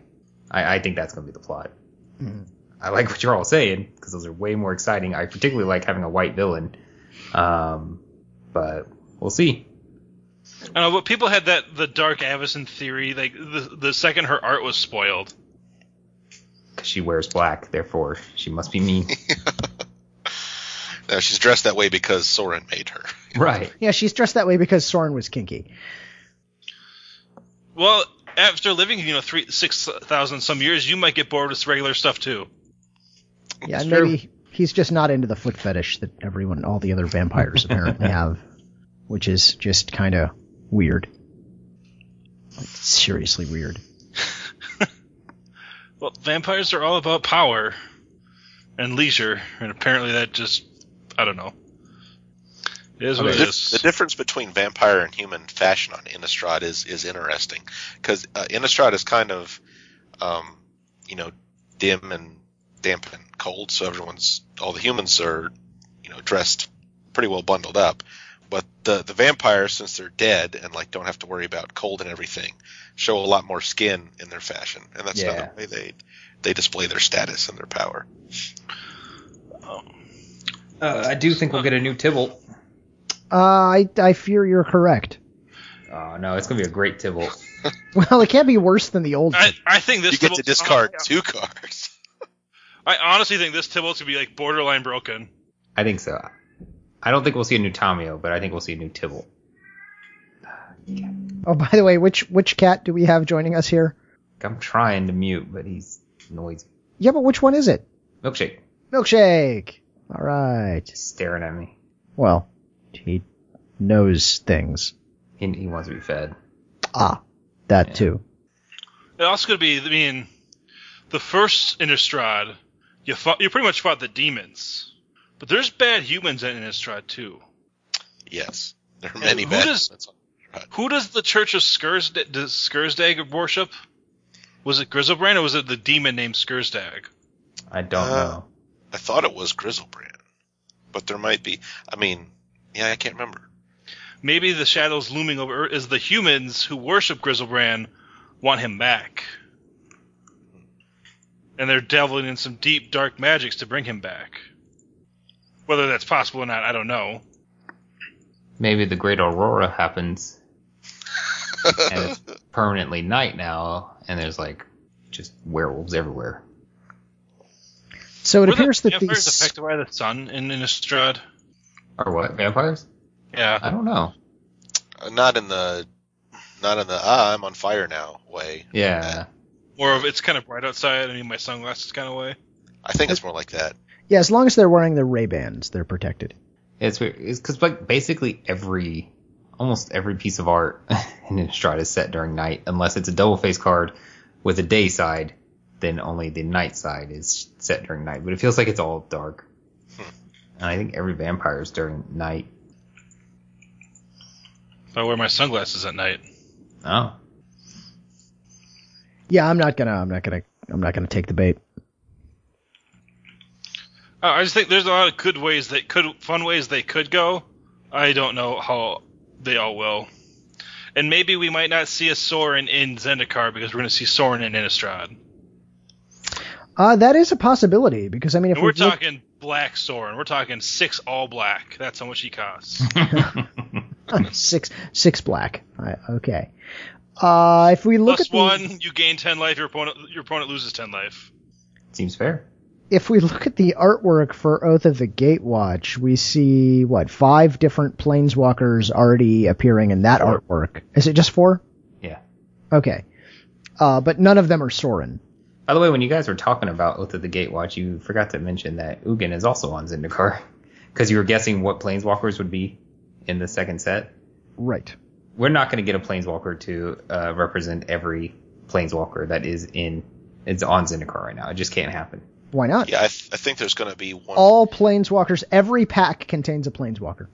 Speaker 4: I, I think that's gonna be the plot. I like what you're all saying because those are way more exciting. I particularly like having a white villain, um, but we'll see.
Speaker 3: I know, but people had that the Dark Avison theory. Like the the second her art was spoiled,
Speaker 4: because she wears black, therefore she must be mean.
Speaker 5: Now she's dressed that way because Soren made her.
Speaker 4: right.
Speaker 2: Yeah, she's dressed that way because Soren was kinky.
Speaker 3: Well, after living, you know, three six thousand some years, you might get bored with regular stuff too.
Speaker 2: Yeah,
Speaker 4: It's
Speaker 2: and
Speaker 4: true.
Speaker 2: maybe he's just not into the foot fetish that everyone, all the other vampires apparently have, which is just kind of weird. Like, seriously weird.
Speaker 3: Well, vampires are all about power and leisure, and apparently that just I don't know. It is what
Speaker 5: The,
Speaker 3: it
Speaker 5: dif-
Speaker 3: is.
Speaker 5: the difference between vampire and human fashion on Innistrad is is interesting because uh, Innistrad is kind of, um, you know, dim and damp and cold, so everyone's all the humans are, you know, dressed pretty well bundled up, but the the vampires since they're dead and like don't have to worry about cold and everything, show a lot more skin in their fashion, and that's
Speaker 4: Yeah.
Speaker 5: another way they they display their status and their power.
Speaker 4: Uh, I do think we'll get a new Tybalt.
Speaker 2: Uh, I, I fear you're correct.
Speaker 4: Oh no, it's gonna be a great Tybalt.
Speaker 2: Well, it can't be worse than the old.
Speaker 3: I, I think this
Speaker 5: You get
Speaker 3: Tybalt-
Speaker 5: to discard two cards.
Speaker 3: I honestly think this Tybalt's gonna be like borderline broken.
Speaker 4: I think so. I don't think we'll see a new Tamio, but I think we'll see a new Tybalt.
Speaker 2: Oh, by the way, which which cat do we have joining us here?
Speaker 4: I'm trying to mute, but he's noisy.
Speaker 2: Yeah, but which one is it?
Speaker 4: Milkshake
Speaker 2: Milkshake. All right.
Speaker 4: staring at me.
Speaker 2: Well, he knows things.
Speaker 4: He, he wants to be fed.
Speaker 2: Ah, that too.
Speaker 3: It also could be. I mean, the first Innistrad, you fought, you pretty much fought the demons, but there's bad humans in Innistrad too.
Speaker 5: Yes, there are many
Speaker 3: who
Speaker 5: bad.
Speaker 3: does-
Speaker 5: that's-
Speaker 3: Who does the Church of Skursdag, does Skursdag worship? Was it Grizzlebrand or was it the demon named Skursdag?
Speaker 4: I don't
Speaker 5: Uh,
Speaker 4: know.
Speaker 5: I thought it was Grizzlebrand, but there might be. I mean, yeah, I can't remember.
Speaker 3: Maybe the shadows looming over Earth is the humans who worship Grizzlebrand want him back, and they're dabbling in some deep dark magics to bring him back. Whether that's possible or not, I don't know.
Speaker 4: Maybe the Great Aurora happens, and it's permanently night now, and there's like just werewolves everywhere.
Speaker 2: So it
Speaker 3: Were the
Speaker 2: appears that
Speaker 3: vampires
Speaker 2: these
Speaker 3: affected by the sun in Innistrad?
Speaker 4: Or what? Vampires?
Speaker 3: Yeah.
Speaker 4: I don't know.
Speaker 5: Uh, Not in the, not in the. Ah, I'm on fire now way.
Speaker 4: Yeah.
Speaker 3: Or if it's kind of bright outside, I need my sunglasses kind of way.
Speaker 5: I think it's more like that.
Speaker 2: yeah, as long as they're wearing their Ray Bans, they're protected.
Speaker 4: It's weird. It's because like basically every, almost every piece of art in Innistrad is set during night, unless it's a double face card with a day side. Then only the night side is set during night, but it feels like it's all dark. And I think every vampire is during night.
Speaker 3: If I wear my sunglasses at night.
Speaker 4: Oh,
Speaker 2: Yeah, I'm not gonna, I'm not gonna, I'm not gonna take the bait.
Speaker 3: Uh, I just think there's a lot of good ways that could, fun ways they could go. I don't know how they all will. And maybe we might not see a Soren in Zendikar because we're going to see Soren in Innistrad.
Speaker 2: Uh, that is a possibility because I mean, if
Speaker 3: And we're
Speaker 2: we look-
Speaker 3: talking black Soren. We're talking six all black. That's how much he costs.
Speaker 2: six six black, I, okay. Uh, if we look
Speaker 3: Plus
Speaker 2: at the,
Speaker 3: one, you gain ten life. Your opponent, your opponent loses ten life.
Speaker 4: seems fair.
Speaker 2: if we look at the artwork for Oath of the Gatewatch, we see what five different planeswalkers already appearing in that artwork. Is it just four?
Speaker 4: Yeah.
Speaker 2: Okay, uh, but none of them are Soren.
Speaker 4: By the way, when you guys were talking about Oath of the Gatewatch, you forgot to mention that Ugin is also on Zendikar, because you were guessing what planeswalkers would be in the second set.
Speaker 2: Right.
Speaker 4: We're not going to get a planeswalker to uh, represent every planeswalker that is in it's on Zendikar right now. It just can't happen.
Speaker 2: Why not?
Speaker 5: Yeah, I, th- I think there's going to be one.
Speaker 2: All planeswalkers. Every pack contains a planeswalker.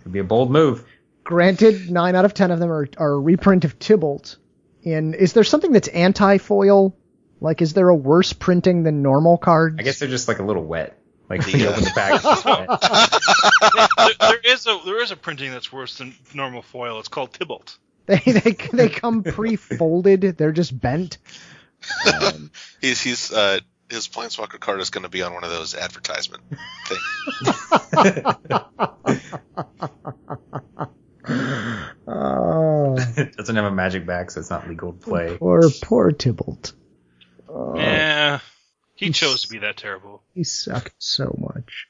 Speaker 4: It'd be a bold move.
Speaker 2: Granted, nine out of ten of them are, are a reprint of Tybalt. In is there something that's anti-foil? Like, is there a worse printing than normal cards?
Speaker 4: I guess they're just like a little wet. Like if
Speaker 5: Yeah.
Speaker 4: you open the pack, it's just wet.
Speaker 3: there, there is a there is a printing that's worse than normal foil. It's called Tybalt.
Speaker 2: they they, they come pre-folded. They're just bent.
Speaker 5: He's he's uh his planeswalker card is going to be on one of those advertisement things.
Speaker 2: Oh,
Speaker 4: it doesn't have a magic back, so it's not legal to play.
Speaker 2: poor poor Tybalt. Oh,
Speaker 3: Yeah, he chose to be that terrible.
Speaker 2: He sucked so much.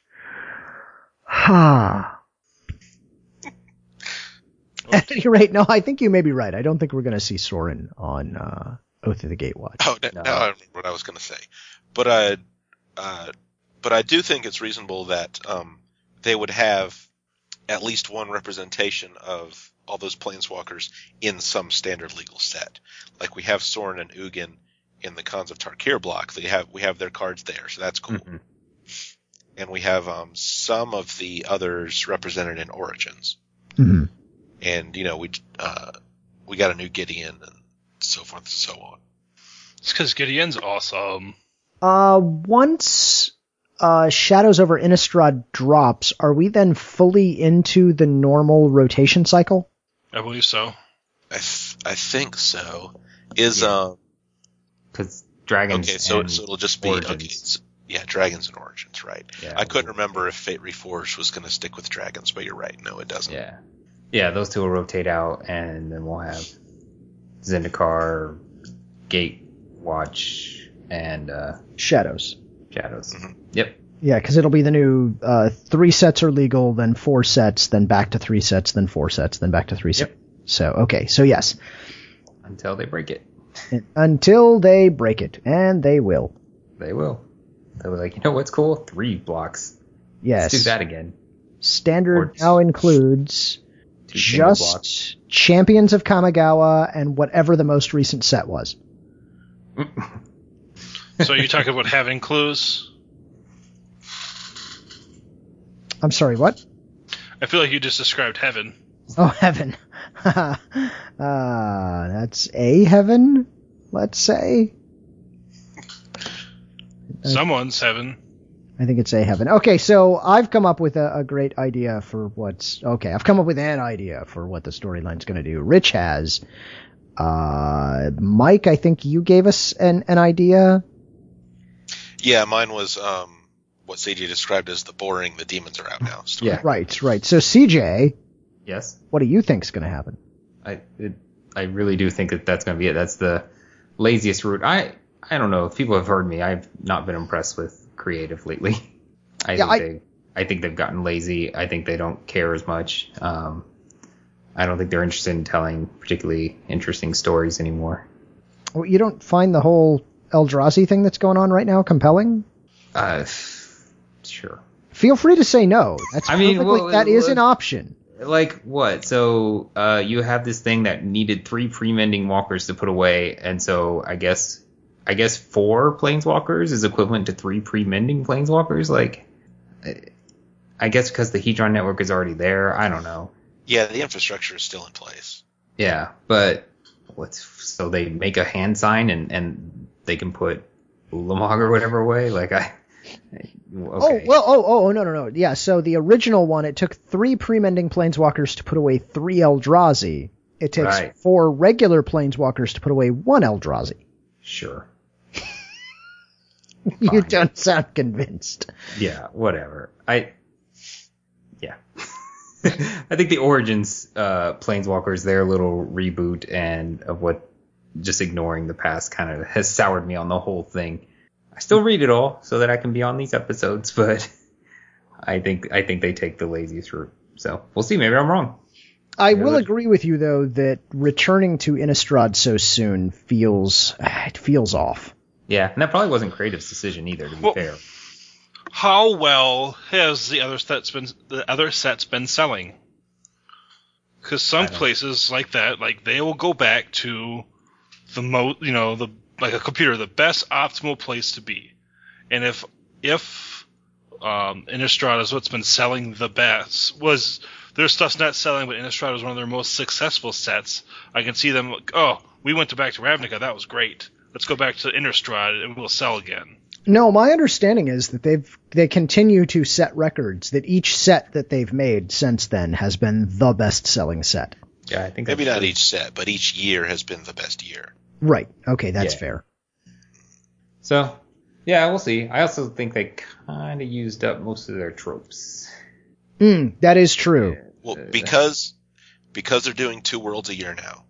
Speaker 2: Ha. At any rate, no, I think you may be right. I don't think we're going to see Soren on uh, Oath of the Gatewatch.
Speaker 5: Oh, no,
Speaker 4: No.
Speaker 5: now I remember what I was going to say, but I, uh, but I do think it's reasonable that um, they would have at least one representation of all those planeswalkers in some standard legal set. Like we have Soren and Ugin in the Cons of Tarkir block. They have we have their cards there, so that's cool.
Speaker 4: Mhm.
Speaker 5: And we have um, some of the others represented in Origins.
Speaker 2: Mhm.
Speaker 5: and you know we uh, we got a new Gideon and so forth and so on.
Speaker 3: It's because Gideon's awesome.
Speaker 2: Uh, once uh, Shadows over Innistrad drops, are we then fully into the normal rotation cycle?
Speaker 3: I believe so.
Speaker 5: I th- I think so. Is
Speaker 4: Yeah.
Speaker 5: um
Speaker 4: Because dragons.
Speaker 5: okay, so
Speaker 4: and-
Speaker 5: so it'll just be okay.
Speaker 4: Origins.
Speaker 5: s- yeah, dragons and origins, right?
Speaker 4: Yeah,
Speaker 5: I couldn't
Speaker 4: we'll-
Speaker 5: remember if Fate Reforged was going to stick with dragons, but you're right. No, it doesn't.
Speaker 4: Yeah. Yeah, those two will rotate out, and then we'll have Zendikar, Gate Watch, and uh,
Speaker 2: Shadows.
Speaker 4: Shadows.
Speaker 5: Mhm.
Speaker 4: Yep.
Speaker 2: Yeah, because it'll be the new uh, three sets are legal, then four sets, then back to three sets, then four sets, then back to three sets.
Speaker 4: Yep.
Speaker 2: So okay, so yes,
Speaker 4: until they break it.
Speaker 2: until they break it, and they will.
Speaker 4: They will. They'll be like, you know what's cool? Three blocks.
Speaker 2: Yes,
Speaker 4: Let's do that again.
Speaker 2: standard
Speaker 4: Or-
Speaker 2: now includes
Speaker 4: Two single blocks.
Speaker 2: just champions of Kamigawa and whatever the most recent set was.
Speaker 3: So you're talking about having clues?
Speaker 2: I'm sorry, what?
Speaker 3: I feel like you just described heaven.
Speaker 2: Oh, heaven. uh, that's a heaven, let's say.
Speaker 3: Someone's heaven.
Speaker 2: I think it's a heaven. Okay, so I've come up with a, a great idea for what's okay. I've come up with an idea for what the storyline's going to do. Rich has. Uh, Mike, I think you gave us an, an idea.
Speaker 5: Yeah, mine was um, what CJ described as the boring. The demons are out now. story.
Speaker 4: Yeah.
Speaker 2: Right, right. So CJ,
Speaker 4: Yes.
Speaker 2: what do you think's going to happen?
Speaker 4: I it, I really do think that that's going to be it. That's the laziest route. I I don't know if people have heard me. I've not been impressed with creative lately. I
Speaker 2: Yeah,
Speaker 4: think
Speaker 2: I-
Speaker 4: they I think they've gotten lazy. I think they don't care as much. Um, I don't think they're interested in telling particularly interesting stories anymore.
Speaker 2: Well, you don't find the whole Eldrazi thing that's going on right now compelling?
Speaker 4: Uh, sure.
Speaker 2: Feel free to say no. That's
Speaker 4: I mean,
Speaker 2: perfectly-
Speaker 4: well,
Speaker 2: that is
Speaker 4: well-
Speaker 2: an option.
Speaker 4: Like what? So uh, you have this thing that needed three pre-mending walkers to put away, and so I guess I guess four planeswalkers is equivalent to three pre-mending planeswalkers. Like, I- I guess because the Hedron network is already there. I don't know.
Speaker 5: Yeah, the infrastructure is still in place.
Speaker 4: Yeah, but what's so they make a hand sign and and they can put Ulamog or whatever away. Like I. Okay.
Speaker 2: Oh well, oh oh oh, no no no. Yeah, so the original one it took three pre-mending planeswalkers to put away three Eldrazi. It takes
Speaker 4: Right.
Speaker 2: four regular planeswalkers to put away one Eldrazi.
Speaker 4: Sure.
Speaker 2: You
Speaker 4: Fine.
Speaker 2: don't sound convinced.
Speaker 4: yeah, whatever. I yeah. I think the origins uh Planeswalkers their little reboot and of what just ignoring the past kind of has soured me on the whole thing. I still read it all so that I can be on these episodes, but I think I think they take the laziest route. So, we'll see, maybe I'm wrong.
Speaker 2: I will
Speaker 4: that's-
Speaker 2: agree with you though that returning to Innistrad so soon feels it feels off.
Speaker 4: Yeah, and that probably wasn't Creative's decision either to be
Speaker 3: Well-
Speaker 4: fair.
Speaker 3: How well has the other sets been the other sets been selling? Because some
Speaker 4: don't-
Speaker 3: places like that, like they will go back to the most, you know, the like a computer, the best optimal place to be. And if if um, Innistrad is what's been selling the best, was their stuff's not selling, but Innistrad was one of their most successful sets. I can see them like, oh, we went to back to Ravnica, that was great. Let's go back to Innistrad and we'll sell again.
Speaker 2: No, my understanding is that they've they continue to set records that each set that they've made since then has been the best-selling set.
Speaker 4: Yeah, I think
Speaker 5: Maybe
Speaker 4: that's
Speaker 5: not
Speaker 4: true.
Speaker 5: each set, but each year has been the best year.
Speaker 2: Right. Okay, that's
Speaker 4: Yeah.
Speaker 2: fair.
Speaker 4: So, yeah, we'll see. I also think they kind of used up most of their tropes.
Speaker 2: Mm, that is true.
Speaker 5: Well,
Speaker 4: Uh,
Speaker 5: because because they're doing two worlds a year now,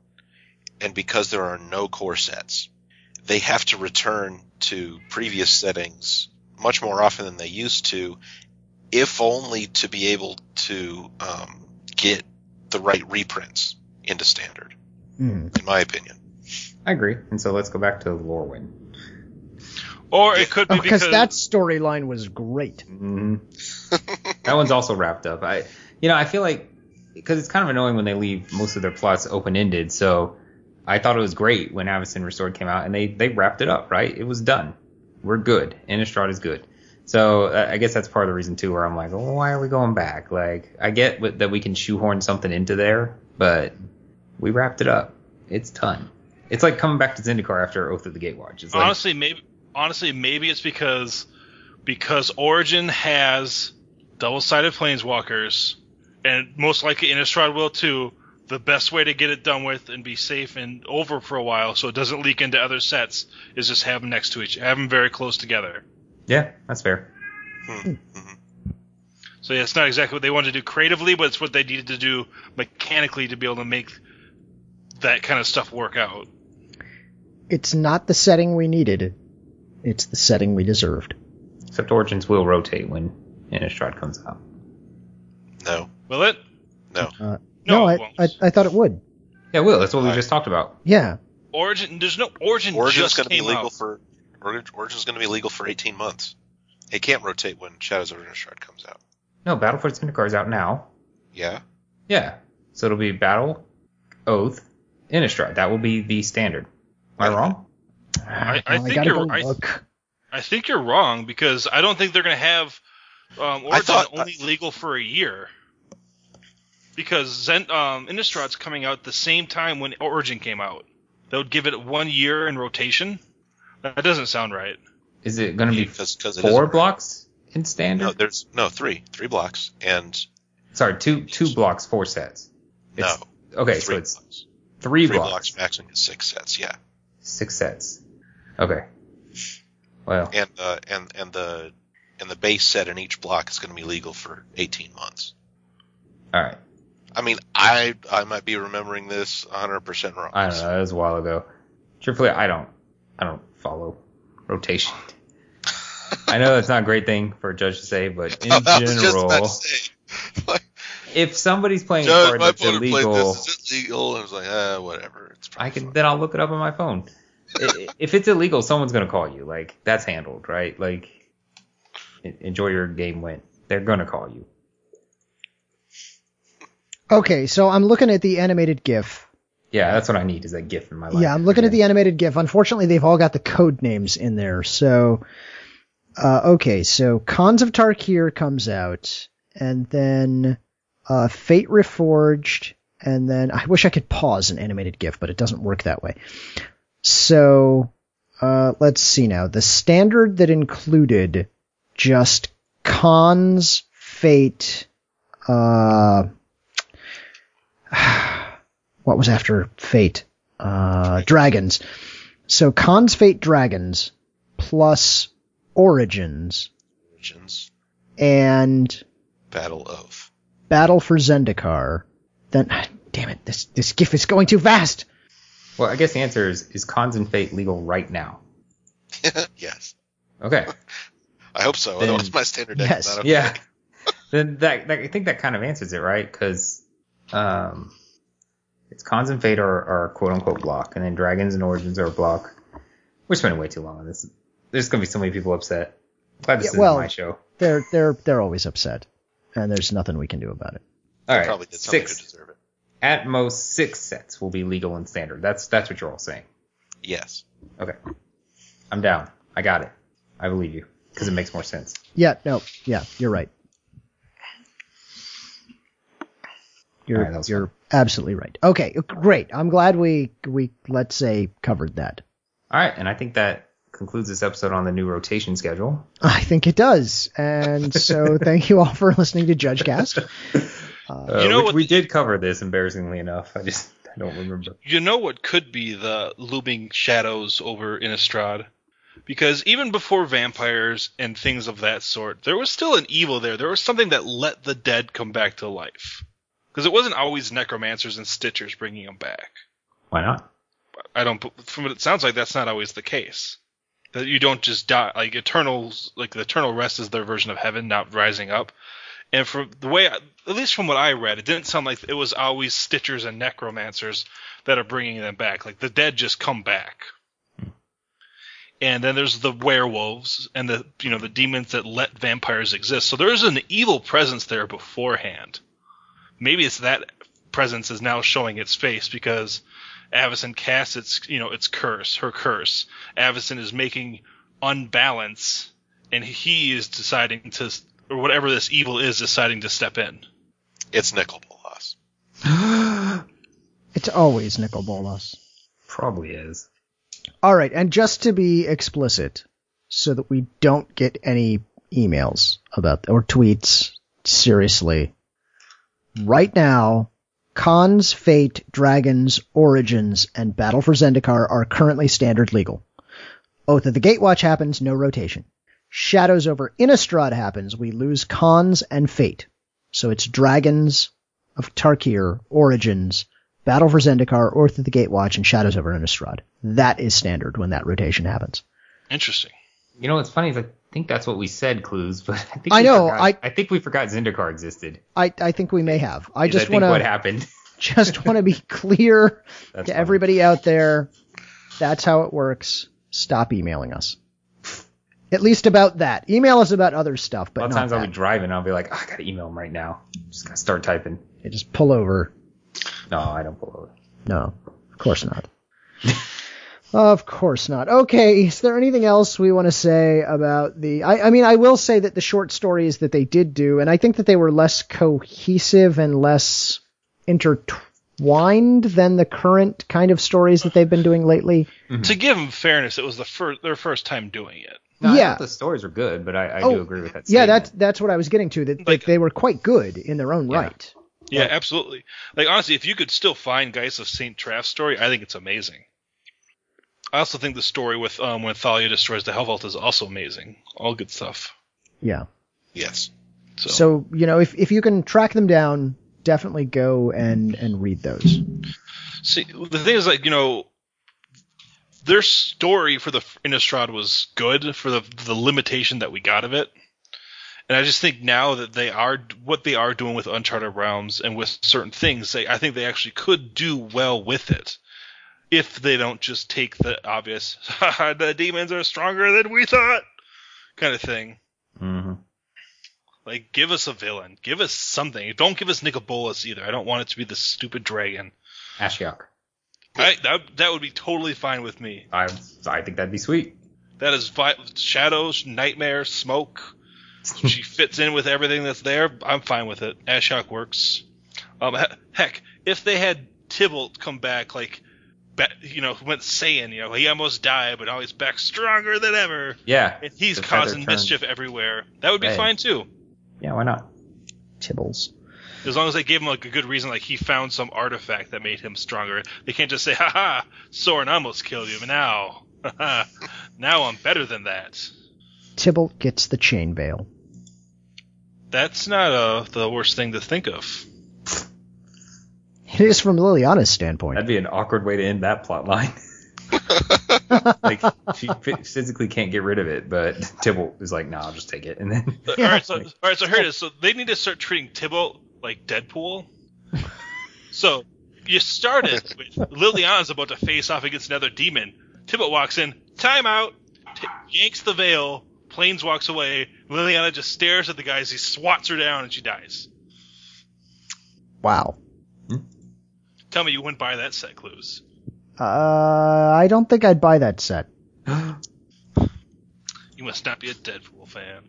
Speaker 5: and because there are no core sets, they have to return to previous settings much more often than they used to, if only to be able to um, get the right reprints into standard.
Speaker 2: Mm.
Speaker 5: In my opinion,
Speaker 4: I agree. And so let's go back to Lorwyn.
Speaker 3: Or it could be
Speaker 2: Oh, because
Speaker 3: because
Speaker 2: that storyline was great.
Speaker 4: Mm-hmm. that one's also wrapped up. I, you know, I feel like because it's kind of annoying when they leave most of their plots open ended. So I thought it was great when Avison Restored came out and they they wrapped it up. Right, it was done. We're good. Innistrad is good. So uh, I I guess that's part of the reason too, where I'm like, well, why are we going back? Like, I get wi- that we can shoehorn something into there, but we wrapped it up. It's done. It's like coming back to Zendikar after Oath of the Gatewatch. It's like,
Speaker 3: honestly maybe honestly maybe it's because because Origin has double-sided planeswalkers and most likely Innistrad will too. The best way to get it done with and be safe and over for a while, so it doesn't leak into other sets, is just have them next to each, have them very close together.
Speaker 4: yeah, that's fair.
Speaker 3: So yeah, it's not exactly what they wanted to do creatively, but it's what they needed to do mechanically to be able to make that kind of stuff work out.
Speaker 2: It's not the setting we needed. It's the setting we deserved.
Speaker 4: Except Origins will rotate when Innistrad comes out.
Speaker 5: No,
Speaker 3: Will it?
Speaker 5: no.
Speaker 3: No,
Speaker 2: Uh, I,
Speaker 3: it won't.
Speaker 2: I, I thought it would.
Speaker 4: Yeah, it will. That's what we
Speaker 5: Alright.
Speaker 4: just talked about.
Speaker 2: Yeah.
Speaker 3: Origin. There's no Origin.
Speaker 5: Origin's
Speaker 3: just
Speaker 5: going to be
Speaker 3: came
Speaker 5: legal
Speaker 3: out.
Speaker 5: for Origin- Origin's going to be legal for 18 months. It can't rotate when Shadows of Innistrad comes out.
Speaker 4: No, Battle for Zendikar is out now.
Speaker 5: Yeah.
Speaker 4: Yeah. So it'll be Battle, Oath, Innistrad. That will be the standard. Am I wrong?
Speaker 3: I, I
Speaker 2: Well,
Speaker 3: think
Speaker 2: gotta
Speaker 3: you're.
Speaker 2: go
Speaker 3: I,
Speaker 2: look.
Speaker 3: I think you're wrong because I don't think they're going to have um, Origin
Speaker 5: I thought-
Speaker 3: only legal for a year. Because Zen, um, Innistrad's coming out the same time when Origin came out. That would give it one year in rotation. That doesn't sound right.
Speaker 4: Is it going to be
Speaker 5: Because because it is
Speaker 4: four
Speaker 5: a-
Speaker 4: blocks in standard?
Speaker 5: No, there's no three, three blocks, and
Speaker 4: Sorry, two two blocks, four sets.
Speaker 5: no.
Speaker 4: It's- Okay, so
Speaker 5: three
Speaker 4: it's
Speaker 5: blocks.
Speaker 4: three,
Speaker 5: Three
Speaker 4: blocks,
Speaker 5: blocks, maximum is six sets. Yeah.
Speaker 4: six sets. Okay. Well,
Speaker 5: and uh, and and the and the base set in each block is going to be legal for 18 months.
Speaker 4: all right.
Speaker 5: I mean, I I might be remembering this 100 percent wrong.
Speaker 4: I don't know. That was a while ago. Truthfully, I don't. I don't follow rotation. I know that's not a great thing for a judge to say, but in
Speaker 5: I was just about
Speaker 4: general,
Speaker 5: to say, like,
Speaker 4: if somebody's playing a
Speaker 5: Judge,
Speaker 4: card
Speaker 5: my
Speaker 4: that's
Speaker 5: opponent played
Speaker 4: illegal,
Speaker 5: this. Is it legal? And I was like, uh, whatever. It's probably
Speaker 4: I can
Speaker 5: fine.
Speaker 4: then I'll look it up on my phone. I- if it's illegal, someone's gonna call you. Like that's handled, right? Like en- enjoy your game win. They're gonna call you.
Speaker 2: Okay, so I'm looking at the animated GIF.
Speaker 4: Yeah, that's what I need is that GIF in my life.
Speaker 2: Yeah, I'm looking at the animated GIF. Unfortunately, they've all got the code names in there. So, uh, okay, so Cons of Tarkir comes out, and then uh, Fate Reforged, and then I wish I could pause an animated GIF, but it doesn't work that way. So, uh, let's see now. The standard that included just Cons, Fate, uh, what was after Fate? Uh, Dragons. So Khan's Fate Dragons plus Origins
Speaker 5: Origins
Speaker 2: and
Speaker 5: Battle of.
Speaker 2: Battle for Zendikar. Then, damn it, this, this GIF is going too fast!
Speaker 4: Well, I guess the answer is is cons and fate legal right now?
Speaker 5: yes,
Speaker 4: Okay.
Speaker 5: I hope so.
Speaker 4: Then-
Speaker 5: Otherwise, my standard deck
Speaker 2: Yes.
Speaker 5: is not okay.
Speaker 4: Yeah. then that, that I think that kind of answers it, right? Because um, it's cons and fate are, are quote unquote block, and then dragons and origins are a block. We're spending way too long on this. There's gonna be so many people upset. Glad this
Speaker 2: Yeah,
Speaker 4: isn't
Speaker 2: well-
Speaker 4: my show.
Speaker 2: They're, they're, they're always upset. And there's nothing we can do about it.
Speaker 4: All right,
Speaker 5: Probably did something to
Speaker 4: six
Speaker 5: deserve it.
Speaker 4: at most six sets will be legal and standard. That's that's what you're all saying.
Speaker 5: Yes.
Speaker 4: Okay, I'm down. I got it. I believe you because it makes more sense.
Speaker 2: Yeah, no, yeah, you're right. You're,
Speaker 4: Alright, that was
Speaker 2: you're absolutely right. Okay, great. I'm glad we, we, let's say, covered that.
Speaker 4: All right, and I think that concludes this episode on the new rotation schedule.
Speaker 2: I think it does. And so thank you all for listening to Judge Cast.
Speaker 4: Uh,
Speaker 3: You know
Speaker 4: which
Speaker 3: what-
Speaker 4: we did cover this embarrassingly enough. I just I don't remember.
Speaker 3: You know what could be the looming shadows over Innistrad? Because even before vampires and things of that sort, there was still an evil there. There was something that let the dead come back to life. Because it wasn't always necromancers and stitchers bringing them back.
Speaker 4: Why not?
Speaker 3: I don't. From what it sounds like, that's not always the case. That you don't just die. Like eternals, like the eternal rest is their version of heaven, not rising up. And from the way, at least from what I read, it didn't sound like it was always stitchers and necromancers that are bringing them back. Like the dead just come back. And then there's the werewolves and the you know the demons that let vampires exist. So there's an evil presence there beforehand. Maybe it's that presence is now showing its face because Avison casts its you know its curse, her curse. Avison is making unbalance, and he is deciding to, or whatever this evil is, deciding to step in.
Speaker 5: It's Nicol Bolas.
Speaker 2: It's always Nicol Bolas.
Speaker 4: Probably is.
Speaker 2: All right, and just to be explicit, so that we don't get any emails about or tweets, seriously, right now, Cons, Fate, Dragons, Origins, and Battle for Zendikar are currently standard legal. Oath of the Gatewatch happens, no rotation. Shadows over Innistrad happens, we lose Cons and Fate. So it's Dragons of Tarkir, Origins, Battle for Zendikar, Orth of the Gatewatch, and Shadows over Innistrad. That is standard when that rotation happens.
Speaker 3: Interesting.
Speaker 4: You know what's funny is I think that's what we said, clues, but I think
Speaker 2: I
Speaker 4: we
Speaker 2: know,
Speaker 4: forgot-
Speaker 2: I-
Speaker 4: I think we forgot Zendikar existed.
Speaker 2: I, I think we may have. I
Speaker 4: is
Speaker 2: just
Speaker 4: I think
Speaker 2: want
Speaker 4: what
Speaker 2: to
Speaker 4: happened.
Speaker 2: just want to be clear
Speaker 4: That's
Speaker 2: to
Speaker 4: funny.
Speaker 2: everybody out there. That's how it works. Stop emailing us. At least about that. Email us about other stuff,
Speaker 4: A
Speaker 2: but
Speaker 4: lot of
Speaker 2: not
Speaker 4: times I'll
Speaker 2: that.
Speaker 4: be driving, I'll be like, oh, I gotta email him right now. Just gotta start typing.
Speaker 2: Yeah, Just pull over.
Speaker 4: No, I don't pull over.
Speaker 2: No, of course not. of course not. Okay, is there anything else we want to say about the? I, I mean, I will say that the short stories that they did do, and I think that they were less cohesive and less intertwined than the current kind of stories that they've been doing lately.
Speaker 3: To give them fairness, it was the first their first time doing it.
Speaker 4: No, I
Speaker 2: Yeah.
Speaker 4: thought the stories were good, but I, I
Speaker 2: Oh,
Speaker 4: do agree with that.
Speaker 2: Yeah,
Speaker 4: statement.
Speaker 2: that's that's what I was getting to. That, that
Speaker 3: Like-
Speaker 2: they were quite good in their own right.
Speaker 3: Yeah, absolutely. Like honestly, if you could still find Geist of Saint Traff's story, I think it's amazing. I also think the story with um when Thalia destroys the Hell Vault is also amazing. All good stuff.
Speaker 2: Yeah.
Speaker 5: Yes.
Speaker 3: So,
Speaker 2: So you know, if if you can track them down, definitely go and and read those.
Speaker 3: see, the thing is, like you know, their story for the Innistrad was good for the the limitation that we got of it. And I just think now that they are what they are doing with Uncharted Realms and with certain things, they, I think they actually could do well with it if they don't just take the obvious the demons are stronger than we thought kind of thing.
Speaker 4: Mhm.
Speaker 3: Like give us a villain, give us something. Don't give us Nicobolas either. I don't want it to be the stupid dragon.
Speaker 4: Ashiok.
Speaker 3: I, that that would be totally fine with me.
Speaker 4: I I think that'd be sweet.
Speaker 3: That is vi- shadows, nightmare, smoke. she fits in with everything that's there. I'm fine with it. Ashok works. Um, he- heck, if they had Tybalt come back, like, ba- you know, went saying, you know, he almost died, but now he's back stronger than ever,
Speaker 4: Yeah.
Speaker 3: and he's
Speaker 4: The feather
Speaker 3: causing
Speaker 4: turns.
Speaker 3: mischief everywhere. That would be
Speaker 4: Right.
Speaker 3: fine too,
Speaker 4: Yeah, why not?
Speaker 2: Tibbles.
Speaker 3: as long as they gave him like a good reason, like he found some artifact that made him stronger. They can't just say, "Ha ha, Soren almost killed you, but now, ha ha, now I'm better than that."
Speaker 2: Tybalt gets the chain bail.
Speaker 3: That's not uh, the worst thing to think of.
Speaker 2: It is from Liliana's standpoint.
Speaker 4: That'd be an awkward way to end that plot line. like she phy- physically can't get rid of it, but Tibble is like, "Nah, I'll just take it." And then
Speaker 3: All right, so all right, so here it is. So they need to start treating Tybalt like Deadpool. so you started with Liliana's about to face off against another demon. Tybalt walks in, timeout, t- yanks the veil, planes walks away. Liliana just stares at the guys. He swats her down and she dies.
Speaker 2: Wow.
Speaker 3: Tell me you wouldn't buy that set, Clues.
Speaker 2: Uh, I don't think I'd buy that set.
Speaker 3: You must not be a Deadpool fan.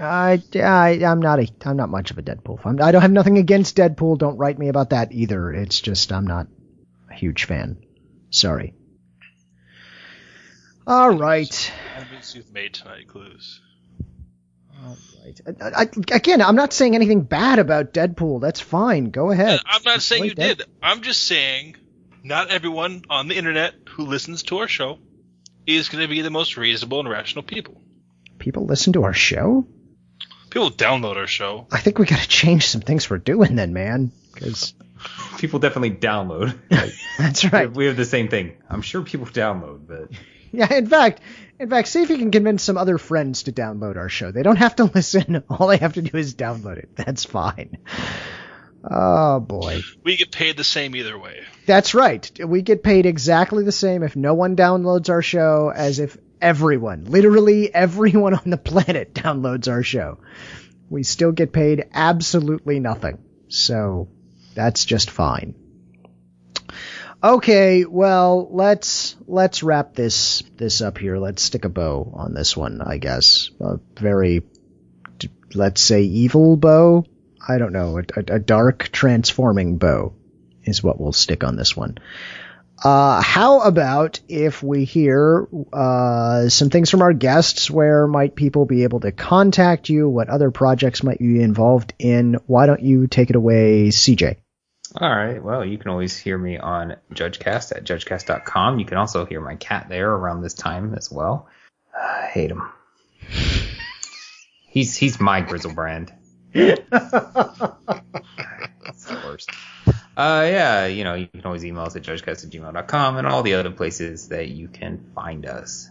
Speaker 2: I, I I'm not a I'm not much of a Deadpool fan. I don't have nothing against Deadpool. Don't write me about that either. It's just I'm not a huge fan. Sorry. All right.
Speaker 3: Enemies you've made tonight, Clues.
Speaker 2: All right. I, I, again, I'm not saying anything bad about Deadpool. That's fine. Go ahead.
Speaker 3: I'm not
Speaker 2: Just
Speaker 3: saying
Speaker 2: play
Speaker 3: you did. I'm just saying not everyone on the internet who listens to our show is going to be the most reasonable and rational people.
Speaker 2: People listen to our show.
Speaker 3: People download our show.
Speaker 2: I think we got to change some things we're doing then, man. Because
Speaker 4: people definitely download. Like,
Speaker 2: that's right.
Speaker 4: We have the same thing. I'm sure people download, but
Speaker 2: Yeah, in fact, in fact, see if you can convince some other friends to download our show. They don't have to listen. All they have to do is download it. That's fine. Oh boy.
Speaker 3: We get paid the same either way.
Speaker 2: That's right. We get paid exactly the same if no one downloads our show as if everyone, literally everyone on the planet downloads our show. We still get paid absolutely nothing. So that's just fine. Okay, well, let's let's wrap this this up here. Let's stick a bow on this one, I guess. A very d- let's say evil bow. I don't know, a, a, a dark transforming bow is what we'll stick on this one. Uh, how about if we hear uh, some things from our guests? Where might people be able to contact you? What other projects might you be involved in? Why don't you take it away, CJ?
Speaker 4: All right. Well, you can always hear me on JudgeCast at judgecast.com. You can also hear my cat there around this time as well. I hate him. He's he's my Grizzlebrand. it's the worst. Uh, yeah, you know, you can always email us at judgecast at gmail.com and all the other places that you can find us.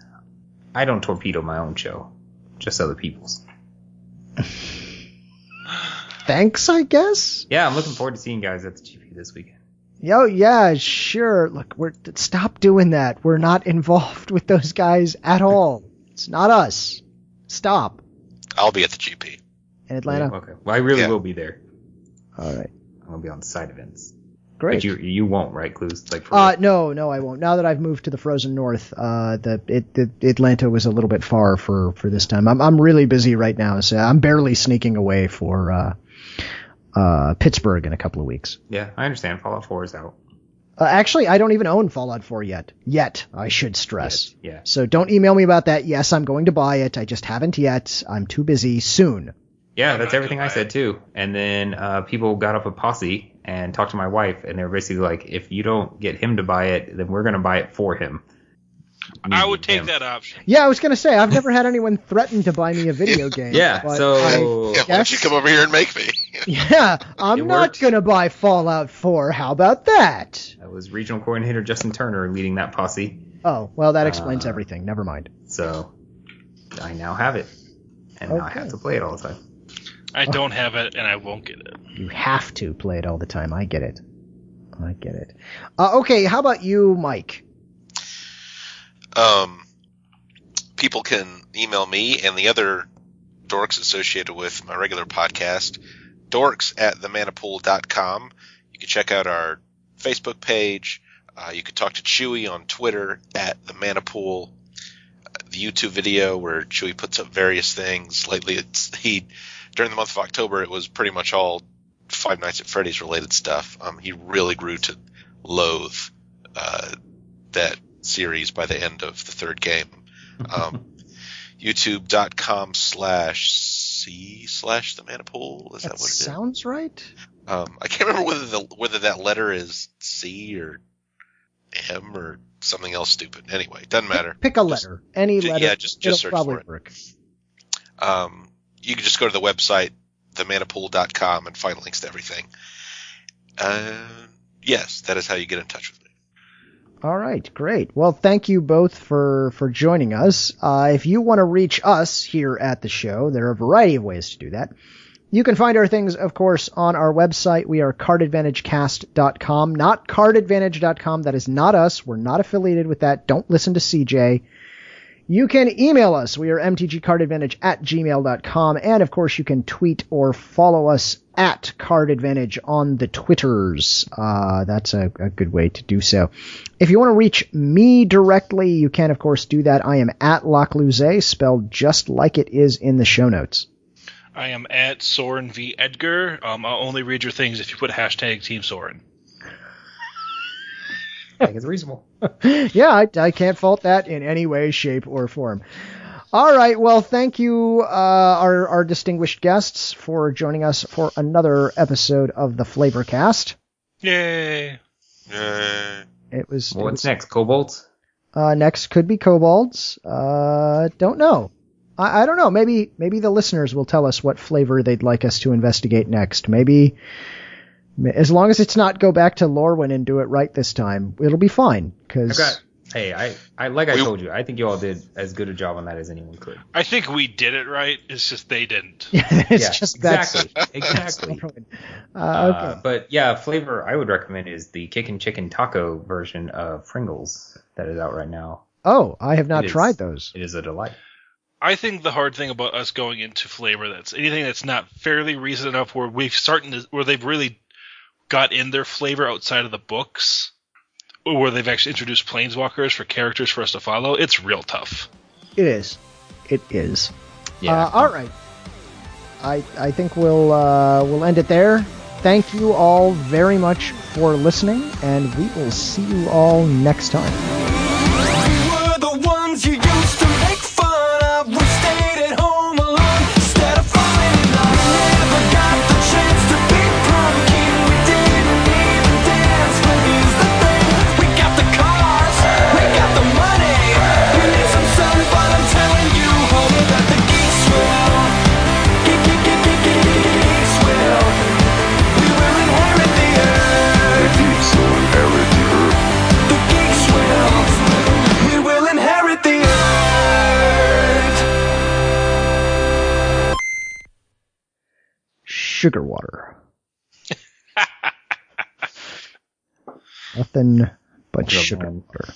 Speaker 4: I don't torpedo my own show, just other people's.
Speaker 2: Thanks, I guess.
Speaker 4: Yeah, I'm looking forward to seeing you guys at the GP this weekend.
Speaker 2: Yo, yeah, sure. Look, we're stop doing that. We're not involved with those guys at all. It's not us. Stop.
Speaker 5: I'll be at the GP.
Speaker 2: In Atlanta.
Speaker 4: Yeah, okay. Well, I really
Speaker 5: Yeah.
Speaker 4: will be there.
Speaker 2: All right.
Speaker 4: I'm gonna be on side events.
Speaker 2: Great.
Speaker 4: But you you won't, right, Clues? Like for
Speaker 2: Uh, no, no, I won't. Now that I've moved to the frozen north, uh, the it, the Atlanta was a little bit far for for this time. I'm I'm really busy right now, so I'm barely sneaking away for uh, uh, Pittsburgh in a couple of weeks.
Speaker 4: yeah, I understand. Fallout 4 is out.
Speaker 2: Uh, actually, I don't even own Fallout 4 yet. Yet, I should stress.
Speaker 4: Yet, yeah.
Speaker 2: So don't email me about that. Yes, I'm going to buy it. I just haven't yet. I'm too busy. Soon.
Speaker 4: Yeah,
Speaker 3: I'm
Speaker 4: that's
Speaker 3: not
Speaker 4: everything I
Speaker 3: gonna
Speaker 4: said too. And then uh, people got up a posse and talked to my wife, and they're basically like, if you don't get him to buy it, then we're gonna buy it for him.
Speaker 3: I
Speaker 2: Mm,
Speaker 4: Me,
Speaker 3: would take
Speaker 4: him.
Speaker 3: that option.
Speaker 2: Yeah, I was gonna say I've never had anyone threaten to buy me a video game.
Speaker 4: Yeah,
Speaker 2: but I-
Speaker 4: so
Speaker 5: Yeah, why don't you
Speaker 2: Yes.
Speaker 5: come over here and make me?
Speaker 2: yeah, I'm
Speaker 4: It
Speaker 2: not
Speaker 4: worked.
Speaker 2: gonna buy Fallout 4. How about that?
Speaker 4: that was regional coordinator Justin Turner leading that posse.
Speaker 2: Oh, well, that explains
Speaker 4: Uh,
Speaker 2: everything. Never mind.
Speaker 4: So I now have it, and now I
Speaker 2: Okay.
Speaker 4: have to play it all the time.
Speaker 3: I don't have it, and I won't get it.
Speaker 2: You have to play it all the time. I get it. I get it. Uh, okay, how about you, Mike?
Speaker 5: Um, people can email me and the other dorks associated with my regular podcast, dorks at themanipool.com. You can check out our Facebook page. Uh, you can talk to Chewy on Twitter at the Manipool. Uh, The YouTube video where Chewy puts up various things. Lately, it's he during the month of October, it was pretty much all Five Nights at Freddy's related stuff. Um, he really grew to loathe uh, that series by the end of the third game. Um, YouTube.com slash C slash the Manipool. Is that,
Speaker 2: That
Speaker 5: what it is?
Speaker 2: sounds right.
Speaker 5: Um, I can't remember whether the, whether that letter is C or M or something else stupid. Anyway, doesn't matter.
Speaker 2: Pick a
Speaker 5: Just-
Speaker 2: letter. Any
Speaker 5: ju-
Speaker 2: letter.
Speaker 5: yeah, just- just
Speaker 2: it'll
Speaker 5: search
Speaker 2: probably
Speaker 5: for it.
Speaker 2: work.
Speaker 5: Um, you can just go to the website, themanipool.com, and find links to everything. Uh, yes, that is how you get in touch with me.
Speaker 2: All right, great. Well, thank you both for for joining us. Uh, if you want to reach us here at the show, there are a variety of ways to do that. You can find our things, of course, on our website. We are cardadvantagecast.com, not cardadvantage.com. That is not us. We're not affiliated with that. Don't listen to CJ. You can email us. We are mtgcardadvantage at gmail.com. And, of course, you can tweet or follow us at cardadvantage on the Twitters. Uh, that's a, a good way to do so. If you want to reach me directly, you can, of course, do that. I am at Lockluse, spelled just like it is in the show notes.
Speaker 3: I am at Soren V Edgar. Um, I'll only read your things if you put hashtag Team Soren.
Speaker 4: I think it's reasonable.
Speaker 2: yeah, I, I can't fault that in any way, shape, or form. All right, well, thank you, uh, our, our distinguished guests, for joining us for another episode of the Flavorcast.
Speaker 3: Yay!
Speaker 5: Yay.
Speaker 2: It was, it
Speaker 4: What's
Speaker 2: was-
Speaker 4: next? Cobalt?
Speaker 2: Uh, next could be kobolds. Uh, don't know. I, I don't know. Maybe maybe the listeners will tell us what flavor they'd like us to investigate next. Maybe as long as it's not go back to Lorwyn and do it right this time, it'll be fine. Because
Speaker 4: Okay. Hey, I, I like I
Speaker 5: We-
Speaker 4: told you, I think you all did as good a job on that as anyone could.
Speaker 3: I think we did it right. It's just they didn't.
Speaker 2: it's
Speaker 4: yeah,
Speaker 2: just
Speaker 4: exactly,
Speaker 2: that's
Speaker 4: exactly.
Speaker 2: Uh, okay.
Speaker 4: Uh, but yeah, flavor I would recommend is the kickin' chicken taco version of Pringles that is out right now.
Speaker 2: oh, I have not
Speaker 4: it is.
Speaker 2: tried those.
Speaker 4: It is a delight.
Speaker 3: I think the hard thing about us going into flavor that's anything that's not fairly recent enough where we've starting to, where they've really got in their flavor outside of the books, or where they've actually introduced planeswalkers for characters for us to follow. It's real tough.
Speaker 2: It is. It is.
Speaker 4: Yeah.
Speaker 2: Uh, all right. I I think we'll uh, we'll end it there. Thank you all very much for listening, and we will see you all next time.
Speaker 1: were the ones you used to make fun of. We stayed at home alone instead of falling in love. We never got the chance to be pumpkin. We didn't even dance, but here's the thing: we got the cars, we got the money. We need some sun, but I'm telling you, hope that the geeks will. Geek, geek, geek, geek, geek, geek, geek, geeks will. We will inherit the earth. The geeks will inherit the earth. The geeks will.
Speaker 2: sugar water. Nothing but
Speaker 4: Hold up,
Speaker 2: sugar
Speaker 4: man.
Speaker 2: water.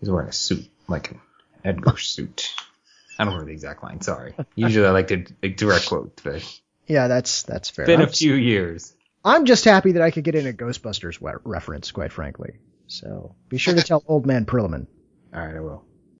Speaker 4: He's wearing a suit, like an Edgar suit. I don't remember the exact line. Sorry. Usually I like to like, direct quote, but it's
Speaker 2: Yeah, that's that's fair.
Speaker 4: been a
Speaker 2: I'm,
Speaker 4: few years.
Speaker 2: I'm just happy that I could get in a Ghostbusters we- reference, quite frankly. So be sure to tell Old Man Perlman.
Speaker 4: All right, I will.